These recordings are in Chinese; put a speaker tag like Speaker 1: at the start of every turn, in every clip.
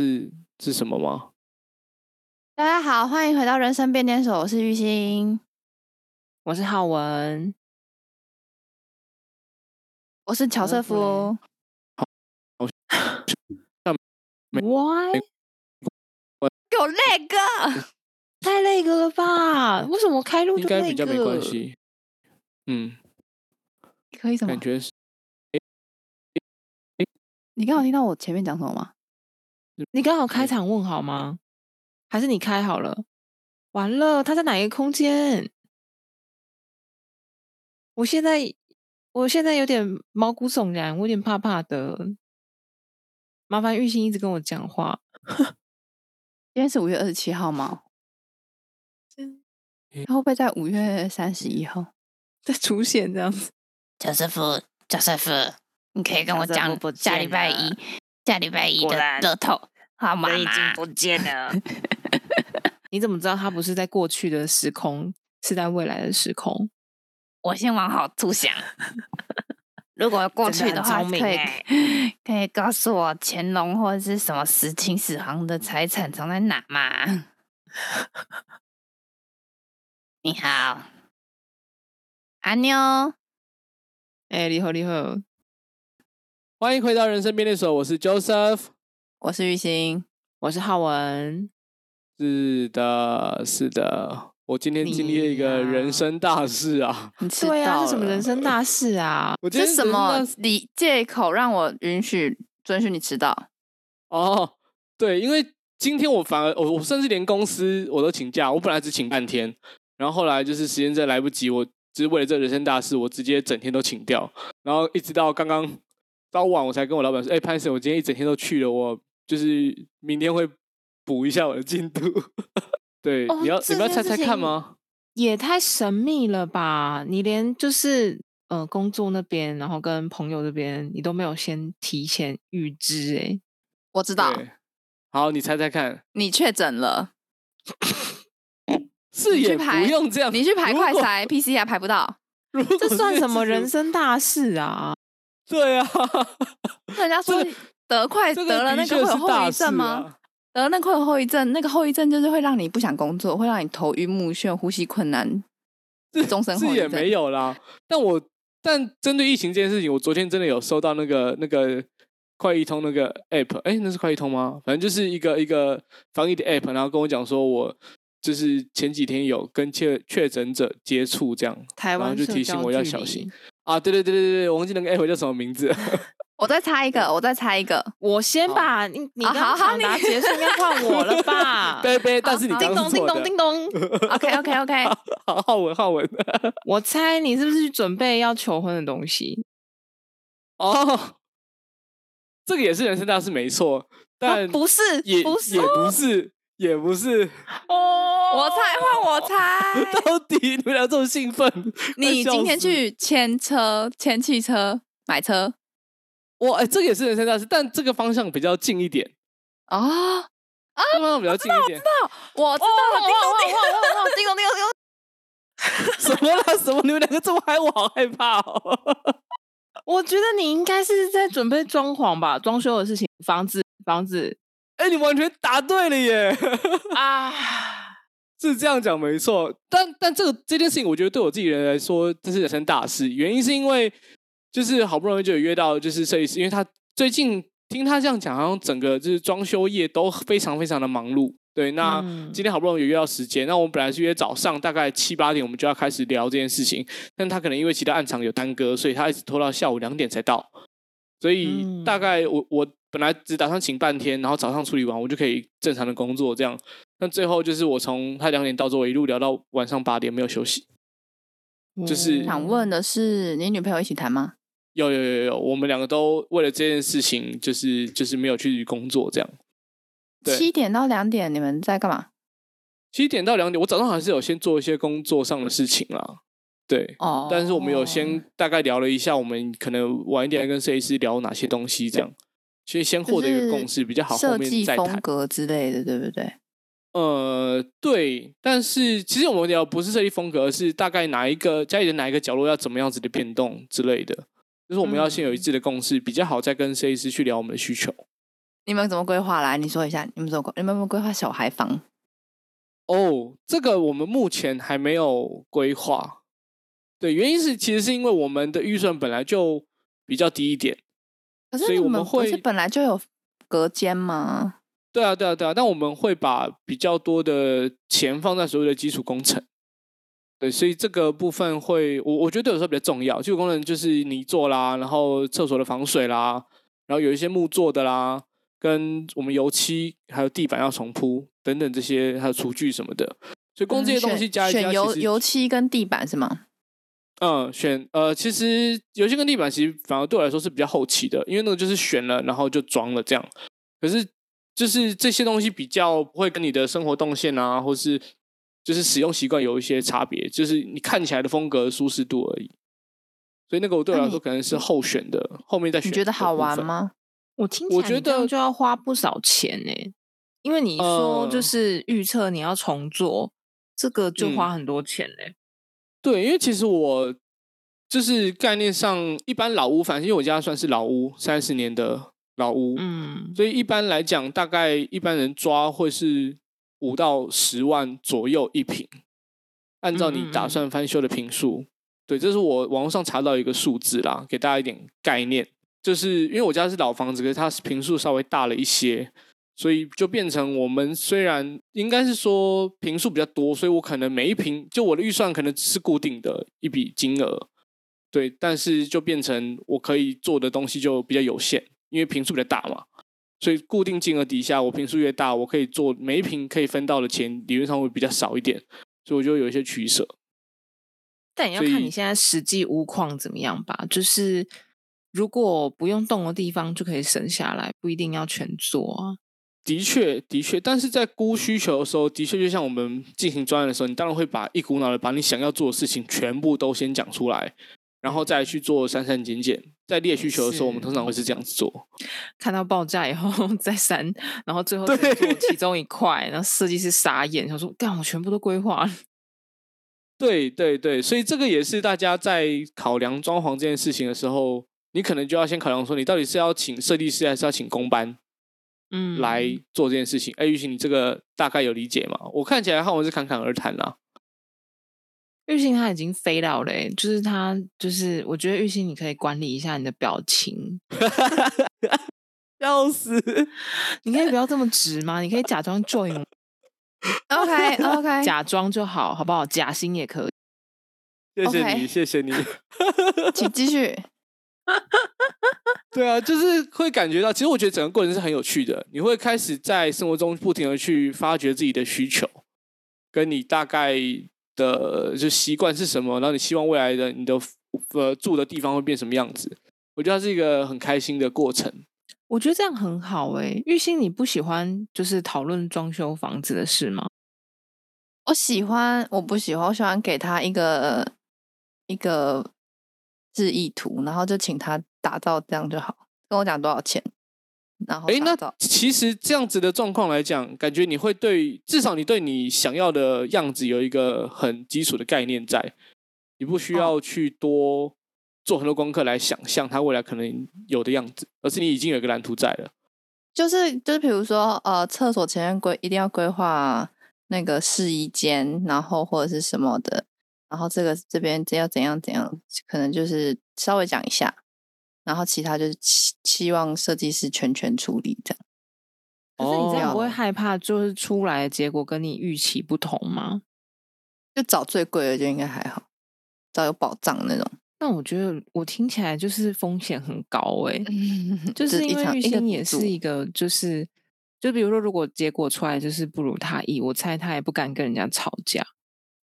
Speaker 1: 是什么吗？
Speaker 2: 大家好，欢迎回到人生变电所，我是玉兴，
Speaker 3: 我是浩文，
Speaker 2: 我是乔
Speaker 3: 乔
Speaker 2: 瑟
Speaker 3: 瑟夫嘞
Speaker 4: 哦
Speaker 2: 夫。
Speaker 1: 没
Speaker 3: Why？
Speaker 2: 给我那个，
Speaker 3: 太那个了吧？为什么开录
Speaker 1: 应
Speaker 3: 哦就
Speaker 1: 该
Speaker 3: 那个？
Speaker 1: 比较没关系。嗯，
Speaker 2: 可以什么
Speaker 3: 啊
Speaker 1: 感？觉是
Speaker 2: 你刚好听到我前面讲什么吗？
Speaker 3: 你刚好
Speaker 1: 嗯
Speaker 3: 开场问好吗？还是你开好了？完了，他在哪一个空间？我现在，我现在有点毛骨悚然，我有点怕怕的。麻烦玉兴一直跟我讲话，
Speaker 2: 今天是五月二十七号吗？他会不会在五月三十一号？
Speaker 3: 再出现这样子。
Speaker 4: 乔师傅，乔师傅，你可以跟我
Speaker 5: 乔师傅
Speaker 4: 讲
Speaker 5: 不
Speaker 4: 下
Speaker 5: 见
Speaker 4: 礼拜
Speaker 5: 了
Speaker 4: 一，下礼拜一
Speaker 5: 果
Speaker 4: 的
Speaker 5: 然
Speaker 4: 乐透好吗？
Speaker 5: 人已经不见了。
Speaker 3: 你怎么知道他不是在过去的时空，是在未来的时空？
Speaker 4: 我先往好处 想。如果过
Speaker 5: 真的
Speaker 4: 去的
Speaker 5: 很
Speaker 4: 话，
Speaker 5: 聪明
Speaker 4: 可以
Speaker 5: 欸
Speaker 4: 可以告诉我乾隆或者是什么石秦始皇的财产藏在哪 吗？你好，阿妞，
Speaker 3: 哎、你好，你好，
Speaker 1: 欢迎回到人生便利所，我是 Joseph。
Speaker 2: 我是玉兴，
Speaker 3: 我是浩文。
Speaker 1: 是的，是的，我今天经历了一个
Speaker 3: 你呀
Speaker 1: 人生大事啊！
Speaker 2: 你迟到了
Speaker 3: 对啊，是什么人？生大事啊？
Speaker 1: 我今
Speaker 2: 这
Speaker 1: 天
Speaker 2: 是什
Speaker 1: 人生大
Speaker 2: 么理借口让我允许准许你迟到？
Speaker 1: 哦，对，因为今天我反而我我甚至连公司我都请假，我本来只请半天，然后后来就是时间真的来不及，我只是为了这人生大事，我直接整天都请掉，然后一直到刚刚到晚我才跟我老板说，哎、潘森，我今天一整天都去了，我就是明天会补一下我的进度。 对，
Speaker 3: 哦
Speaker 1: 你要
Speaker 3: 这
Speaker 1: 你们要猜
Speaker 3: 件事
Speaker 1: 猜看
Speaker 3: 情
Speaker 1: 吗？
Speaker 3: 也太神秘了吧！你连就是呃工作那边，然后跟朋友这边，你都没有先提前预知哎、
Speaker 2: 我知道
Speaker 1: 对，好，你猜猜看，
Speaker 2: 你确诊了，
Speaker 1: 是
Speaker 2: 你去
Speaker 1: 也不
Speaker 2: 排
Speaker 1: 用这样，
Speaker 2: 你去排
Speaker 1: 呃如
Speaker 2: 快
Speaker 1: 果，
Speaker 2: 筛，PCR 排不到，
Speaker 1: 如果
Speaker 3: 这算
Speaker 1: 是
Speaker 3: 什么
Speaker 1: 是
Speaker 3: 人生大事啊？
Speaker 1: 对啊，
Speaker 2: 人家说
Speaker 1: 这个
Speaker 2: 得快
Speaker 1: 这
Speaker 2: 哎得了那
Speaker 1: 的确
Speaker 2: 个会有
Speaker 1: 是
Speaker 2: 后
Speaker 1: 大
Speaker 2: 遗症
Speaker 1: 事
Speaker 2: 吗？
Speaker 1: 啊
Speaker 2: 得了那块有后遗症，那个后遗症就是会让你不想工作，会让你头晕目眩、呼吸困难。
Speaker 1: 这
Speaker 2: 终身
Speaker 1: 这
Speaker 2: 后遗
Speaker 1: 也
Speaker 2: 症
Speaker 1: 没有啦。但我但针对疫情这件事情，我昨天真的有收到那个那个快易通那个 app，哎、那是快易通吗？反正就是一个一个防疫的 app，然后跟我讲说我就是前几天有跟确确诊者接触这样
Speaker 3: 台
Speaker 1: 湾
Speaker 3: 湾
Speaker 1: 就提醒我要小心。啊，对对对对对，我忘记那个 app 叫什么名 字。
Speaker 2: 我再猜一个，我再猜 一个，
Speaker 3: 我先把你你
Speaker 2: 啊
Speaker 3: 刚刚
Speaker 2: 好好
Speaker 3: 抢答
Speaker 2: 你
Speaker 3: 结束，应该换我 了吧？
Speaker 1: 贝贝，但是
Speaker 2: 啊
Speaker 1: 你刚
Speaker 3: 叮
Speaker 1: 刚
Speaker 3: 咚
Speaker 1: 是
Speaker 3: 叮
Speaker 1: 错
Speaker 3: 咚
Speaker 1: 的。
Speaker 3: 叮咚，
Speaker 2: OK OK OK，
Speaker 1: 哦好，浩文，浩文。
Speaker 3: 我猜你是不是去准备要求婚的东西？
Speaker 1: 哦，这个也是人生大事，没错。但、
Speaker 2: 啊不是
Speaker 1: 也
Speaker 2: 不是
Speaker 1: 也，不是，也不是。
Speaker 3: 哦
Speaker 2: 我猜换我猜，
Speaker 1: 到底你们俩这么兴奋？
Speaker 2: 你
Speaker 1: 快笑
Speaker 2: 今天
Speaker 1: 死
Speaker 2: 去牵车、牵汽车、买车
Speaker 1: 我哎、这个也是人生大事，但这个方向比较近一点，
Speaker 2: 哦，
Speaker 1: 这个方向比较近一点。
Speaker 2: 我知道
Speaker 1: 哦
Speaker 2: 了，叮咚叮咚叮咚叮咚叮咚叮 咚，
Speaker 1: 什么啦？什么？你们两个这么嗨，我好害怕哦！
Speaker 3: 我觉得你应该是在准备装潢吧，装修的事情，房子房子
Speaker 1: 哎、你完全答对了耶！
Speaker 3: 啊。
Speaker 1: 是这样讲没错，但但这个这件事情，我觉得对我自己人来说，这是人生大事。原因是因为就是好不容易就有约到就是设计师，因为他最近听他这样讲，好像整个就是装修业都非常非常的忙碌。对，那
Speaker 3: 嗯
Speaker 1: 今天好不容易有约到时间，那我们本来是约早上大概七八点，我们就要开始聊这件事情，但他可能因为其他暗场有耽搁，所以他一直拖到下午两点才到。所以
Speaker 3: 嗯
Speaker 1: 大概我我本来只打算请半天，然后早上处理完，我就可以正常的工作这样。但最后就是我从他两点到之后，我一路聊到晚上八点没有休息。就是
Speaker 2: 想问的是，你女朋友一起谈吗？
Speaker 1: 有有有有，我们两个都为了这件事情，就是就是没有去工作这样。对
Speaker 2: 七点到两点你们在干嘛？
Speaker 1: 七点到两点，我早上还是有先做一些工作上的事情啦。对，
Speaker 2: 哦，
Speaker 1: 但是我们有先大概聊了一下，我们可能晚一点跟设计师聊哪些东西这样。所以先获得一
Speaker 2: 就
Speaker 1: 个
Speaker 2: 是
Speaker 1: 共识比较好，后
Speaker 2: 设
Speaker 1: 面
Speaker 2: 计
Speaker 1: 再谈
Speaker 2: 风。格之类的，对不对？
Speaker 1: 呃，对，但是其实我们聊不是设计风格，而是大概哪一个家里的哪一个角落要怎么样子的变动之类的，就是我们要先有一致的共识，比较好再跟设计师去聊我们的需求。
Speaker 2: 你们怎么规划来？你说一下，你们怎么规你们有没有规划小孩房？
Speaker 1: 哦，这个我们目前还没有规划。对，原因是其实是因为我们的预算本来就比较低一点。
Speaker 2: 可
Speaker 1: 所
Speaker 2: 是
Speaker 1: 以
Speaker 2: 你
Speaker 1: 我
Speaker 2: 们
Speaker 1: 们
Speaker 2: 不
Speaker 1: 会
Speaker 2: 是本来就有隔间吗？
Speaker 1: 对啊，对啊，对啊。但我们会把比较多的钱放在所谓的基础工程。对，所以这个部分会，我我觉得有时候比较重要。基础工程就是泥做啦，然后厕所的防水啦，然后有一些木做的啦，跟我们油漆还有地板要重铺等等这些，还有厨具什么的。所以光这些东西加一加，
Speaker 2: 嗯选选
Speaker 1: 其
Speaker 2: 油
Speaker 1: 实
Speaker 2: 油漆跟地板是吗？
Speaker 1: 嗯，选呃，其实游戏跟地板其实反而对我来说是比较后期的，因为那个就是选了，然后就装了这样。可是就是这些东西比较不会跟你的生活动线啊，或是就是使用习惯有一些差别，就是你看起来的风格舒适度而已。所以那个我对我
Speaker 2: 那
Speaker 1: 来说
Speaker 2: 你
Speaker 1: 可能是后选的，后面再选。
Speaker 2: 你觉得好玩？吗？
Speaker 3: 我听
Speaker 1: 我
Speaker 3: 起来你
Speaker 1: 觉
Speaker 3: 这样
Speaker 1: 得
Speaker 3: 就要花不少钱呢、因为你说就
Speaker 1: 呃
Speaker 3: 是预测你要重做，这个就花
Speaker 1: 嗯
Speaker 3: 很多钱嘞、
Speaker 1: 对，因为其实我就是概念上，一般老屋，反正因为我家算是老屋，三十年的老屋，
Speaker 3: 嗯，
Speaker 1: 所以一般来讲，大概一般人抓会是五到十万左右一平，按照
Speaker 3: 嗯嗯
Speaker 1: 你
Speaker 3: 嗯
Speaker 1: 打算翻修的平数。对，这是我网络上查到一个数字啦，给大家一点概念。就是因为我家是老房子，可是它平数稍微大了一些，所以就变成我们虽然应该是说平数比较多，所以我可能每一平就我的预算可能是固定的一笔金额，对，但是就变成我可以做的东西就比较有限，因为平数比较大嘛，所以固定金额底下，我平数越大，我可以做每一平可以分到的钱理论上会比较少一点，所以我就有一些取舍。
Speaker 3: 但也要
Speaker 1: 所
Speaker 3: 看你
Speaker 1: 以
Speaker 3: 现在实际屋况怎么样吧。就是如果不用动的地方就可以省下来，不一定要全做啊。
Speaker 1: 的确，的确，但是在估需求的时候，的确就像我们进行专案的时候，你当然会把一股脑的把你想要做的事情全部都先讲出来，然后再去做删删减减。在列需求的时候，我们
Speaker 3: 是
Speaker 1: 通常会是这样子做。
Speaker 3: 看到报价以后 再删，然后最后只
Speaker 1: 对
Speaker 3: 做 其中一块，然后设计师傻眼，想说：“干，我全部都规划了。
Speaker 1: 对对对，所以这个也是大家在考量装潢这件事情的时候，你可能就要先考量说，你到底是要请设计师还是要请工班？”
Speaker 3: 嗯，
Speaker 1: 来做这件事情。哎、玉琴，你这个大概有理解吗？我看起来和我是侃侃而谈啦。
Speaker 3: 玉兴他已经飞到了欸、就是他就是我觉得玉兴你可以管理一下你的表 情，
Speaker 1: 笑死！
Speaker 3: 你可以不要这么直吗？你可以假装 join 我们
Speaker 2: OK
Speaker 1: 哎
Speaker 2: OK，
Speaker 3: 假装就好，好不好？假心也可以。
Speaker 1: 谢谢
Speaker 2: OK
Speaker 1: 你，谢谢你。
Speaker 2: 请继续。
Speaker 1: 对啊，就是会感觉到，其实我觉得整个过程是很有趣的。你会开始在生活中不停的去发掘自己的需求，跟你大概的就习惯是什么，然后你希望未来的你的呃住的地方会变什么样子。我觉得它是一个很开心的过程。
Speaker 3: 我觉得这样很好哎、玉兴，你不喜欢就是讨论装修房子的事吗？
Speaker 2: 我喜欢，我不喜欢，我喜欢给他一个一个示意图，然后就请他打造，这样就好。跟我讲多少钱，然后
Speaker 1: 哎，
Speaker 2: 打
Speaker 1: 那
Speaker 2: 造
Speaker 1: 其实这样子的状况来讲，感觉你会对至少你对你想要的样子有一个很基础的概念在，你不需要去多做很多功课来想象它未来可能有的样子，而是你已经有一个蓝图在了。
Speaker 2: 就是就是，比如说呃，厕所前面规一定要规划那个试衣间，然后或者是什么的，然后这个这边要怎样怎样，可能就是稍微讲一下，然后其他就是期期望设计师全权处理这样。
Speaker 3: 可是你这样不会
Speaker 1: 哦
Speaker 3: 害怕，就是出来的结果跟你预期不同吗？
Speaker 2: 就找最贵的就应该还好，找有保障那种。
Speaker 3: 那我觉得我听起来就是风险很高哎、 就
Speaker 2: 只
Speaker 3: 是
Speaker 2: 嗯
Speaker 3: 因
Speaker 2: 一
Speaker 3: 为
Speaker 2: 场
Speaker 3: 玉
Speaker 2: 一个
Speaker 3: 兴也
Speaker 2: 赌注
Speaker 3: 是一个，就是就比如说，如果结果出来就是不如他意，我猜他也不敢跟人家吵架，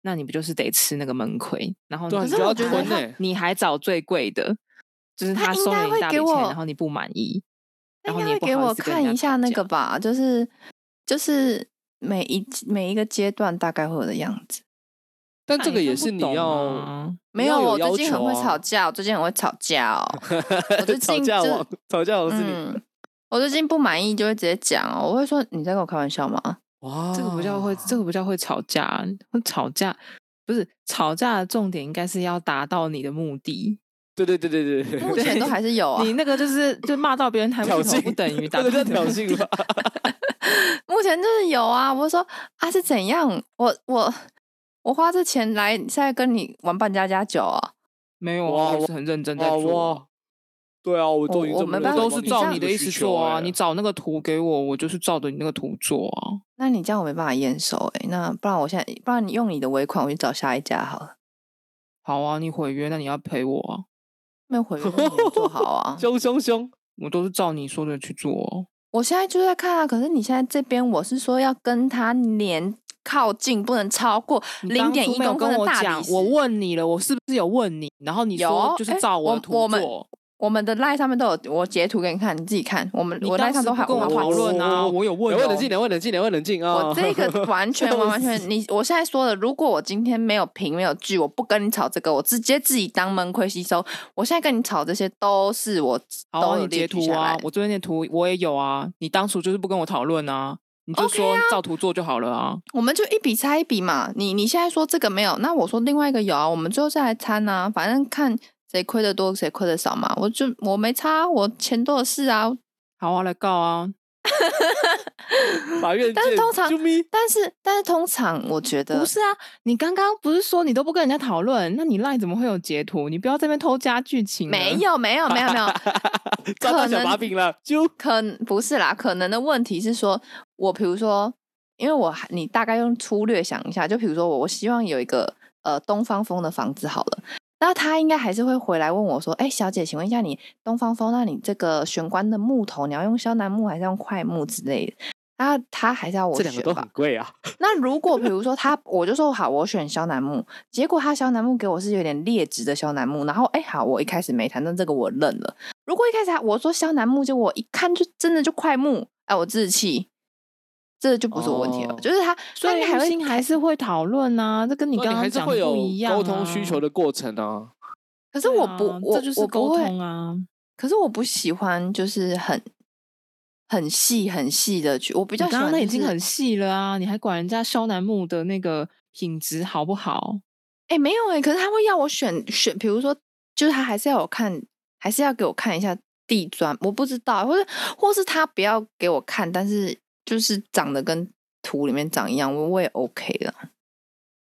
Speaker 3: 那你不就是得吃那个闷亏？然后
Speaker 1: 对啊
Speaker 3: 你
Speaker 1: 你
Speaker 3: 就
Speaker 1: 就要
Speaker 3: 觉得
Speaker 1: 吞
Speaker 3: 他
Speaker 1: 欸
Speaker 3: 你还找最贵的，就是
Speaker 2: 他应
Speaker 3: 收
Speaker 2: 该
Speaker 3: 了你
Speaker 2: 会
Speaker 3: 一大笔
Speaker 2: 给
Speaker 3: 钱，
Speaker 2: 我
Speaker 3: 然后你不满意，然后
Speaker 2: 应
Speaker 3: 你
Speaker 2: 该会给
Speaker 3: 也不好意
Speaker 2: 我
Speaker 3: 思跟
Speaker 2: 看
Speaker 3: 人家
Speaker 2: 一下那个
Speaker 3: 吵架，
Speaker 2: 吧，就是就是每一每一个阶段大概会有的样子。
Speaker 1: 但
Speaker 3: 那
Speaker 1: 这
Speaker 3: 你
Speaker 1: 个
Speaker 2: 哎
Speaker 3: 就
Speaker 1: 也
Speaker 3: 不
Speaker 1: 是你
Speaker 3: 懂
Speaker 1: 要
Speaker 3: 啊
Speaker 2: 没
Speaker 1: 要有
Speaker 2: 我
Speaker 1: 要
Speaker 2: 最近很
Speaker 1: 求
Speaker 2: 会
Speaker 1: 啊
Speaker 2: 吵架，我最近很会吵架哦。 我最
Speaker 1: 吵
Speaker 2: 近
Speaker 1: 架
Speaker 2: 就
Speaker 1: 王，吵架哦王是你、
Speaker 2: 嗯，我最近不满意就会直接讲哦，我会说你在跟我开玩笑吗？
Speaker 1: 哇，
Speaker 3: 这个不叫会，这个不叫会吵架啊，会吵架不是吵架的重点应该是要达到你的目的。
Speaker 1: 对对对对对对，
Speaker 2: 目前都还是 有啊
Speaker 3: 你。那个就是就骂到别人抬
Speaker 1: 挑
Speaker 3: 不起 头，
Speaker 1: 衅
Speaker 3: 不等于 打
Speaker 1: 这个叫
Speaker 3: 到别
Speaker 1: 挑
Speaker 3: 人
Speaker 1: 衅吧？
Speaker 2: 目前就是有啊。我说啊是怎样？我我我花这钱来现在跟你玩扮家家酒啊？
Speaker 3: 没有
Speaker 1: 哇
Speaker 3: 啊，我
Speaker 1: 哇
Speaker 3: 是很认真在
Speaker 1: 哇
Speaker 3: 做啊。
Speaker 1: 哦哇，对啊，我都已经
Speaker 2: 我
Speaker 1: 这
Speaker 2: 我
Speaker 1: 么认
Speaker 2: 没办
Speaker 1: 真
Speaker 2: 法
Speaker 1: 了
Speaker 3: 都是
Speaker 1: 你
Speaker 3: 照
Speaker 1: 这
Speaker 3: 你
Speaker 1: 样
Speaker 3: 的
Speaker 1: 子
Speaker 3: 意思
Speaker 1: 需求
Speaker 3: 做啊，
Speaker 1: 欸
Speaker 3: 你找那个图给我，我就是照着你那个图做啊。
Speaker 2: 那你这样我没办法验收哎、那不然我现在，不然你用你的尾款，我去找下一家好了。
Speaker 3: 好啊，你毁约，那你要赔我啊！
Speaker 2: 没有回复你没有做好 啊。
Speaker 1: 凶凶凶，
Speaker 3: 我都是照你说的去做哦。
Speaker 2: 我现在就在看啊，可是你现在这边我是说要跟他连靠近，不能超过
Speaker 3: 你当
Speaker 2: 零点
Speaker 3: 初
Speaker 2: 一
Speaker 3: 没有
Speaker 2: 公分
Speaker 3: 跟
Speaker 2: 的
Speaker 3: 我
Speaker 2: 大
Speaker 3: 讲
Speaker 2: 理，石。
Speaker 3: 我问你了，我是不是有问你？然后你说
Speaker 2: 有
Speaker 3: 就是
Speaker 2: 哎
Speaker 3: 照
Speaker 2: 我
Speaker 3: 的图
Speaker 2: 我们
Speaker 3: 做。
Speaker 2: 我们的 line 上面都有我截图给你看，你自己看。我们
Speaker 3: 你
Speaker 2: 我
Speaker 3: 当
Speaker 2: line 上
Speaker 3: 时
Speaker 2: 都
Speaker 3: 不
Speaker 2: 还
Speaker 3: 跟
Speaker 2: 我
Speaker 3: 我
Speaker 2: 们
Speaker 3: 讨
Speaker 2: 还
Speaker 3: 论
Speaker 2: 有
Speaker 3: 啊，我有问
Speaker 1: 两
Speaker 3: 哦，
Speaker 1: 位冷静，两位冷静，两位冷静啊！
Speaker 2: 我 这 个完全完完全，你我现在说的，如果我今天没有凭没有据，我不跟你吵这个，我直接自己当闷亏吸收。我现在跟你吵这些都是我
Speaker 3: 好
Speaker 2: 都
Speaker 3: 啊，
Speaker 2: 有
Speaker 3: 你截
Speaker 2: 列举
Speaker 3: 图
Speaker 2: 下来
Speaker 3: 啊
Speaker 2: 的，
Speaker 3: 我这边的图我也有啊。你当初就是不跟我讨论啊，你就
Speaker 2: OK
Speaker 3: 说照图做就好了啊。
Speaker 2: 我们就一笔猜一笔嘛。你你现在说这个没有，那我说另外一个有啊，我们最后再来参啊，反正看谁亏的多，谁亏的少嘛。我就我没差，啊我钱多的是啊。
Speaker 3: 好啊，来告啊！
Speaker 1: 法院见，
Speaker 2: 但是通常
Speaker 1: 啾咪
Speaker 2: 但是但是通常我觉得
Speaker 3: 不是啊，你刚刚不是说你都不跟人家讨论，那你赖怎么会有截图？你不要这边偷加剧情。啊
Speaker 2: 没，有没有没有没有，
Speaker 1: 抓到小
Speaker 2: 可能
Speaker 1: 把柄了，啾！
Speaker 2: 可能不是啦，可能的问题是说，我比如说，因为我还你大概用粗略想一下，就比如说我我希望有一个呃东方风的房子好了，那他应该还是会回来问我说，哎、小姐，请问一下你东方风，那你这个玄关的木头你要用萧楠木还是用块木之类的？啊，他还是要我
Speaker 1: 这
Speaker 2: 选
Speaker 1: 两个都
Speaker 2: 吧
Speaker 1: 很贵啊，
Speaker 2: 那如果比如说他，我就说好，我选萧楠木，结果他萧楠木给我是有点劣质的萧楠木，然后哎好，我一开始没谈，但这个我认了。如果一开始他我说萧楠木，结果我一看就真的就快木，哎，我自气，这就不是我问题了，
Speaker 1: 哦
Speaker 2: 就是他，
Speaker 3: 所以
Speaker 2: 他还
Speaker 3: 还
Speaker 2: 会
Speaker 3: 心还是会讨论啊，这跟你
Speaker 1: 那
Speaker 3: 刚
Speaker 1: 还
Speaker 3: 刚
Speaker 1: 是
Speaker 3: 讲
Speaker 1: 会
Speaker 3: 的
Speaker 1: 有
Speaker 3: 不一
Speaker 2: 啊
Speaker 3: 样、
Speaker 1: 沟通需求
Speaker 3: 的，
Speaker 1: 的过程啊。
Speaker 2: 可是我不，
Speaker 3: 对啊
Speaker 2: 我
Speaker 3: 这就是
Speaker 2: 我不
Speaker 3: 沟
Speaker 2: 会
Speaker 3: 通啊。
Speaker 2: 可是我不喜欢就是很很细很细的去，我比
Speaker 3: 你
Speaker 2: 较
Speaker 3: 刚
Speaker 2: 喜
Speaker 3: 刚
Speaker 2: 欢
Speaker 3: 那已
Speaker 2: 就
Speaker 3: 经
Speaker 2: 是
Speaker 3: 很细了啊，你还管人家肖楠木的那个品质好不好？
Speaker 2: 哎、没有哎、可是他会要我选选，比如说，就是他还是要我看，还是要给我看一下地砖，我不知道，或者或是他不要给我看，但是就是长得跟图里面长一样，我我也 OK 了。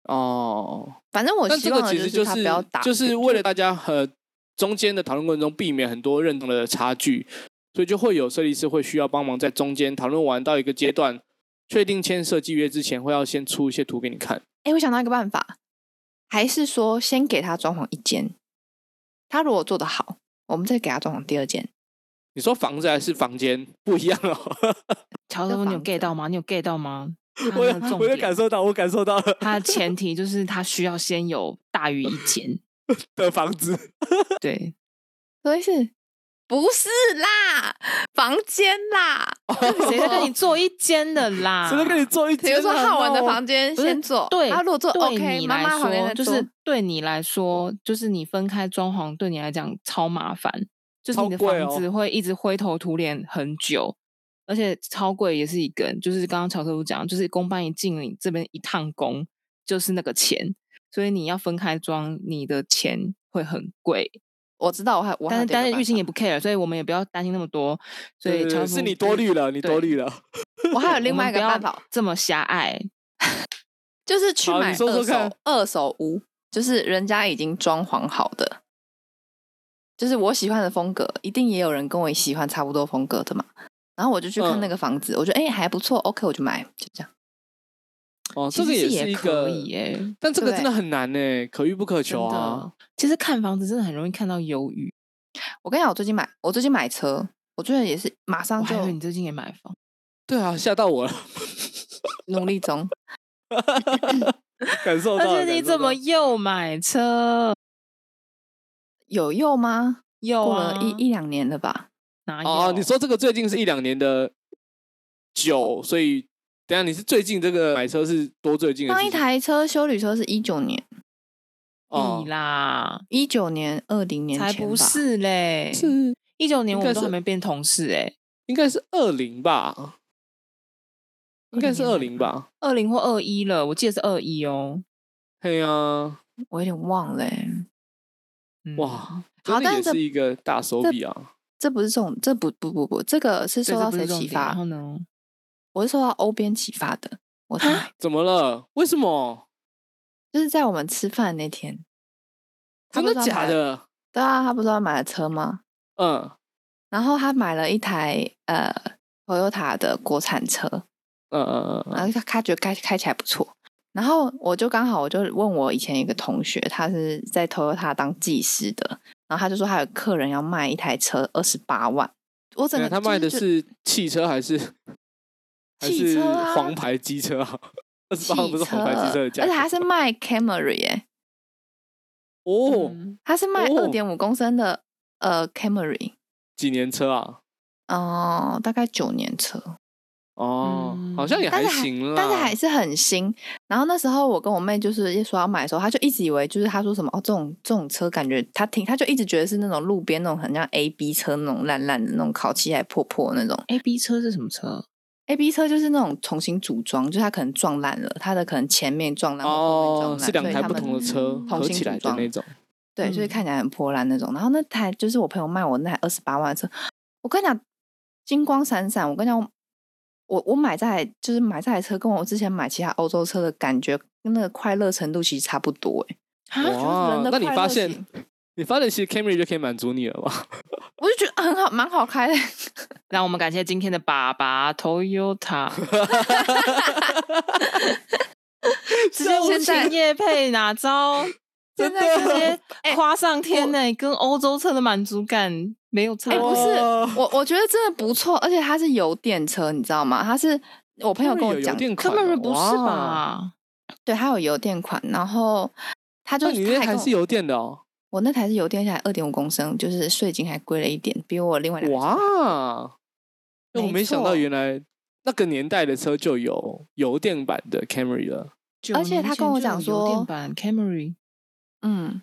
Speaker 1: 哦，
Speaker 2: 反正我
Speaker 1: 但
Speaker 2: 希
Speaker 1: 这
Speaker 2: 望
Speaker 1: 个
Speaker 2: 的
Speaker 1: 其实
Speaker 2: 是他
Speaker 1: 是
Speaker 2: 不要打，
Speaker 1: 就是为了大家和中间的讨论过程中避免很多认同的差距，所以就会有设计师会需要帮忙在中间讨论完到一个阶段，确定签设计约之前，会要先出一些图给你看。
Speaker 2: 哎、我想到一个办法，还是说先给他装潢一间，他如果做得好，我们再给他装潢第二间。
Speaker 1: 你说房子还是房间不一样
Speaker 2: 啊
Speaker 1: 哦，
Speaker 3: 乔
Speaker 2: 这
Speaker 3: 德，你有
Speaker 2: 房
Speaker 3: get 到吗？你有 get 到吗？他
Speaker 1: 我有
Speaker 3: 的重
Speaker 1: 我有
Speaker 3: 点
Speaker 1: 感受到，我感受到了
Speaker 3: 它的前提就是它需要先有大于一间，
Speaker 1: 的房子，
Speaker 3: 对，
Speaker 2: 所以是不是啦？房间啦，
Speaker 3: 谁在跟你做一间的啦？
Speaker 1: 谁能跟你做一
Speaker 2: 比
Speaker 1: 间啊？
Speaker 2: 如说浩文的
Speaker 1: no
Speaker 2: 房间
Speaker 3: 不是
Speaker 2: 先做，
Speaker 3: 对，
Speaker 2: 他如果做
Speaker 3: 对
Speaker 2: OK，
Speaker 3: 你
Speaker 2: 妈妈
Speaker 3: 来
Speaker 2: 旁边
Speaker 3: 说
Speaker 2: 再
Speaker 3: 就
Speaker 2: 做
Speaker 3: 是对你来说，就是你分开装潢对你来讲超麻烦，就是你
Speaker 1: 超
Speaker 3: 的
Speaker 1: 贵
Speaker 3: 房
Speaker 1: 哦
Speaker 3: 子会一直灰头土脸很久，而且超贵也是一个，就是刚刚乔师傅讲，就是公办一进你这边一趟工就是那个钱，所以你要分开装，你的钱会很贵，
Speaker 2: 我知道，我还我还有
Speaker 3: 但是
Speaker 2: 点没
Speaker 3: 但是
Speaker 2: 办
Speaker 3: 玉清也不 care，所以我们也不要担心那么多，所
Speaker 1: 对
Speaker 3: 以
Speaker 1: 对
Speaker 3: 乔
Speaker 1: 对
Speaker 3: 师
Speaker 1: 呃是
Speaker 3: 傅
Speaker 1: 你
Speaker 3: 就
Speaker 1: 多
Speaker 3: 是
Speaker 1: 虑了，你多
Speaker 3: 对
Speaker 1: 虑了。
Speaker 2: 法我还有
Speaker 3: 我
Speaker 2: 另
Speaker 3: 们
Speaker 2: 外一
Speaker 3: 不
Speaker 2: 个
Speaker 3: 要
Speaker 2: 办法，
Speaker 3: 这么狭隘，
Speaker 2: 就是去
Speaker 1: 好
Speaker 2: 买二
Speaker 1: 你
Speaker 2: 手
Speaker 1: 说说看
Speaker 2: 二手屋，就是人家已经装潢好的，就是我喜欢的风格，一定也有人跟我喜欢差不多风格的嘛。然后我就去看那
Speaker 1: 嗯
Speaker 2: 个房子，我觉得哎、还不错，OK 我就买，就这样。
Speaker 1: 哦，
Speaker 3: 其
Speaker 1: 这个
Speaker 3: 实是
Speaker 1: 是
Speaker 3: 也
Speaker 1: 一
Speaker 3: 可
Speaker 1: 个，
Speaker 3: 以耶
Speaker 1: 但这个
Speaker 2: 对
Speaker 1: 真的很难呢，可遇不可求
Speaker 3: 真
Speaker 1: 啊
Speaker 3: 的。。其实看房子真的很容易看到犹豫，
Speaker 2: 我跟你讲，我最近买，我最近买车，我最近也是马
Speaker 3: 我
Speaker 2: 上
Speaker 3: 还
Speaker 2: 啊就
Speaker 3: 以为你最近也买房，
Speaker 1: 对啊，吓到我了，
Speaker 2: 努力中。
Speaker 1: 感受到
Speaker 3: 而
Speaker 1: 了。
Speaker 3: 且你
Speaker 1: 感受
Speaker 3: 怎么
Speaker 1: 到了
Speaker 3: 又买车？
Speaker 2: 有用吗？
Speaker 3: 又
Speaker 2: 过
Speaker 3: 啊
Speaker 2: 了一一两年了吧？
Speaker 3: 哪有？
Speaker 1: 哦，你说这个最近是一两年的酒，所以等一下你是最近这个买车是多最近的事
Speaker 2: 上一
Speaker 1: 情？
Speaker 2: 台车修旅车是一九年，
Speaker 1: 哦
Speaker 3: 你，啦，
Speaker 2: 一九年、二零年
Speaker 3: 才
Speaker 2: 前
Speaker 3: 不
Speaker 2: 吧
Speaker 3: 是嘞，
Speaker 1: 是
Speaker 3: 一九年我
Speaker 1: 应该
Speaker 3: 们都
Speaker 1: 是
Speaker 3: 还没变同事哎，
Speaker 1: 应该是二零吧，应该是二
Speaker 3: 20年
Speaker 1: 零吧？
Speaker 3: 二零或二一了，我记得是二一哦。
Speaker 1: 嘿呀，
Speaker 2: 我有点忘了欸、
Speaker 3: 嗯，
Speaker 1: 哇，真的
Speaker 2: 但
Speaker 1: 也
Speaker 2: 这
Speaker 1: 是一个大手笔啊！
Speaker 2: 这不是重，这不不不不，这个是
Speaker 3: 对
Speaker 2: 受
Speaker 3: 这
Speaker 2: 到
Speaker 3: 不是
Speaker 2: 谁
Speaker 3: 重
Speaker 2: 启
Speaker 3: 点嗯然
Speaker 2: 发
Speaker 3: 后？呢？
Speaker 2: 我是受到欧边启发的。
Speaker 3: 啊
Speaker 2: 我是
Speaker 1: 怎么了？为什么？
Speaker 2: 就是在我们吃饭那天，他
Speaker 1: 真
Speaker 2: 不
Speaker 1: 的
Speaker 2: 是要
Speaker 1: 假
Speaker 2: 买了？
Speaker 1: 的？
Speaker 2: 对啊，他不是要买了车吗？
Speaker 1: 嗯
Speaker 2: 然后他买了一台呃 Toyota 的国产车，
Speaker 1: 嗯嗯嗯
Speaker 2: 然后他他觉得开开起来不错。然后我就刚好我就问我以前一个同学，他是在 Toyota 当技师的，然后他就说他有客人要卖一台车二十八万，我整
Speaker 3: 啊
Speaker 1: 嗯，
Speaker 2: 个
Speaker 1: 他
Speaker 2: 就
Speaker 1: 卖的
Speaker 2: 觉
Speaker 1: 是汽车还 是还
Speaker 2: 汽
Speaker 1: 是
Speaker 2: 车啊
Speaker 1: 黄牌机车啊？二十
Speaker 2: 汽啊
Speaker 1: 八万不是黄牌机车的价
Speaker 2: 而
Speaker 1: 格，
Speaker 2: 且他是卖 Camry 哎、
Speaker 1: 哦，
Speaker 3: 嗯
Speaker 2: 他是卖
Speaker 1: 哦
Speaker 2: 二点五公升的、呃 Camry
Speaker 1: 几年车啊？
Speaker 2: 哦、大概九年车，
Speaker 1: 哦，好
Speaker 3: 嗯
Speaker 1: 像也
Speaker 2: 但是还
Speaker 1: 行啦，
Speaker 2: 但是还是很新。然后那时候我跟我妹就是一说要买的时候，她就一直以为就是她说什么哦，这种这种车感觉她听，她就一直觉得是那种路边那种很像 A B 车那种烂烂的那种烤漆还破破那种。
Speaker 3: ，A B 车是什么车？
Speaker 2: A B 车就是那种重新组装，就是它可能撞烂了，它的可能前面撞烂，后面撞
Speaker 1: 哦
Speaker 2: 烂，
Speaker 1: 是两
Speaker 2: 所以
Speaker 1: 台
Speaker 2: 他
Speaker 1: 不
Speaker 2: 们
Speaker 1: 同的车
Speaker 2: 重
Speaker 1: 合
Speaker 2: 新
Speaker 1: 起
Speaker 2: 组
Speaker 1: 来的
Speaker 2: 装
Speaker 1: 那种。
Speaker 2: 对，所以
Speaker 3: 嗯
Speaker 2: 看起来很破烂那种。然后那台就是我朋友卖我那台二十八万的车，我跟你讲，金光闪闪。我跟你讲，我我买这台就是买这台车，跟我之前买其他欧洲车的感觉，跟那个快乐程度其实差不多哎、就是
Speaker 1: 哇
Speaker 2: 人，的
Speaker 1: 那你
Speaker 2: 快
Speaker 1: 发
Speaker 2: 乐
Speaker 1: 现
Speaker 2: 型
Speaker 1: 你发现其实 Camry 就可以满足你了吧？
Speaker 2: 我就觉得很好，蛮好 开的。
Speaker 3: 让我们感谢今天的爸爸 Toyota，直接无
Speaker 2: 现在
Speaker 3: 情夜配哪招？
Speaker 2: 现在
Speaker 3: 直
Speaker 2: 就是
Speaker 3: 接
Speaker 1: 哎
Speaker 3: 夸上天呢、跟欧洲车的满足感没有差。
Speaker 2: 哎、不
Speaker 1: 哇
Speaker 2: 是我，我觉得真的不错，而且它是油电车，你知道吗？它是我朋友
Speaker 1: Camry
Speaker 2: 跟我
Speaker 1: 有油
Speaker 2: 讲，
Speaker 1: 电
Speaker 3: 根
Speaker 1: 款
Speaker 3: 本
Speaker 1: 哦
Speaker 3: 不是？吧？
Speaker 2: 对，它有油电款，然后它就
Speaker 1: 那你
Speaker 2: 它
Speaker 1: 那
Speaker 2: 还
Speaker 1: 台
Speaker 2: 跟我
Speaker 1: 是油电的哦？
Speaker 2: 我那台是油电下来二点五公升，就是税金还贵了一点，比我另外两台车
Speaker 1: 哇！那我
Speaker 2: 没
Speaker 1: 没想到
Speaker 2: 错
Speaker 1: 原来那个年代的车就有油电版的 Camry 了。
Speaker 2: 而且他跟我讲说
Speaker 3: 九年前就有油电版 Camry，
Speaker 2: 嗯，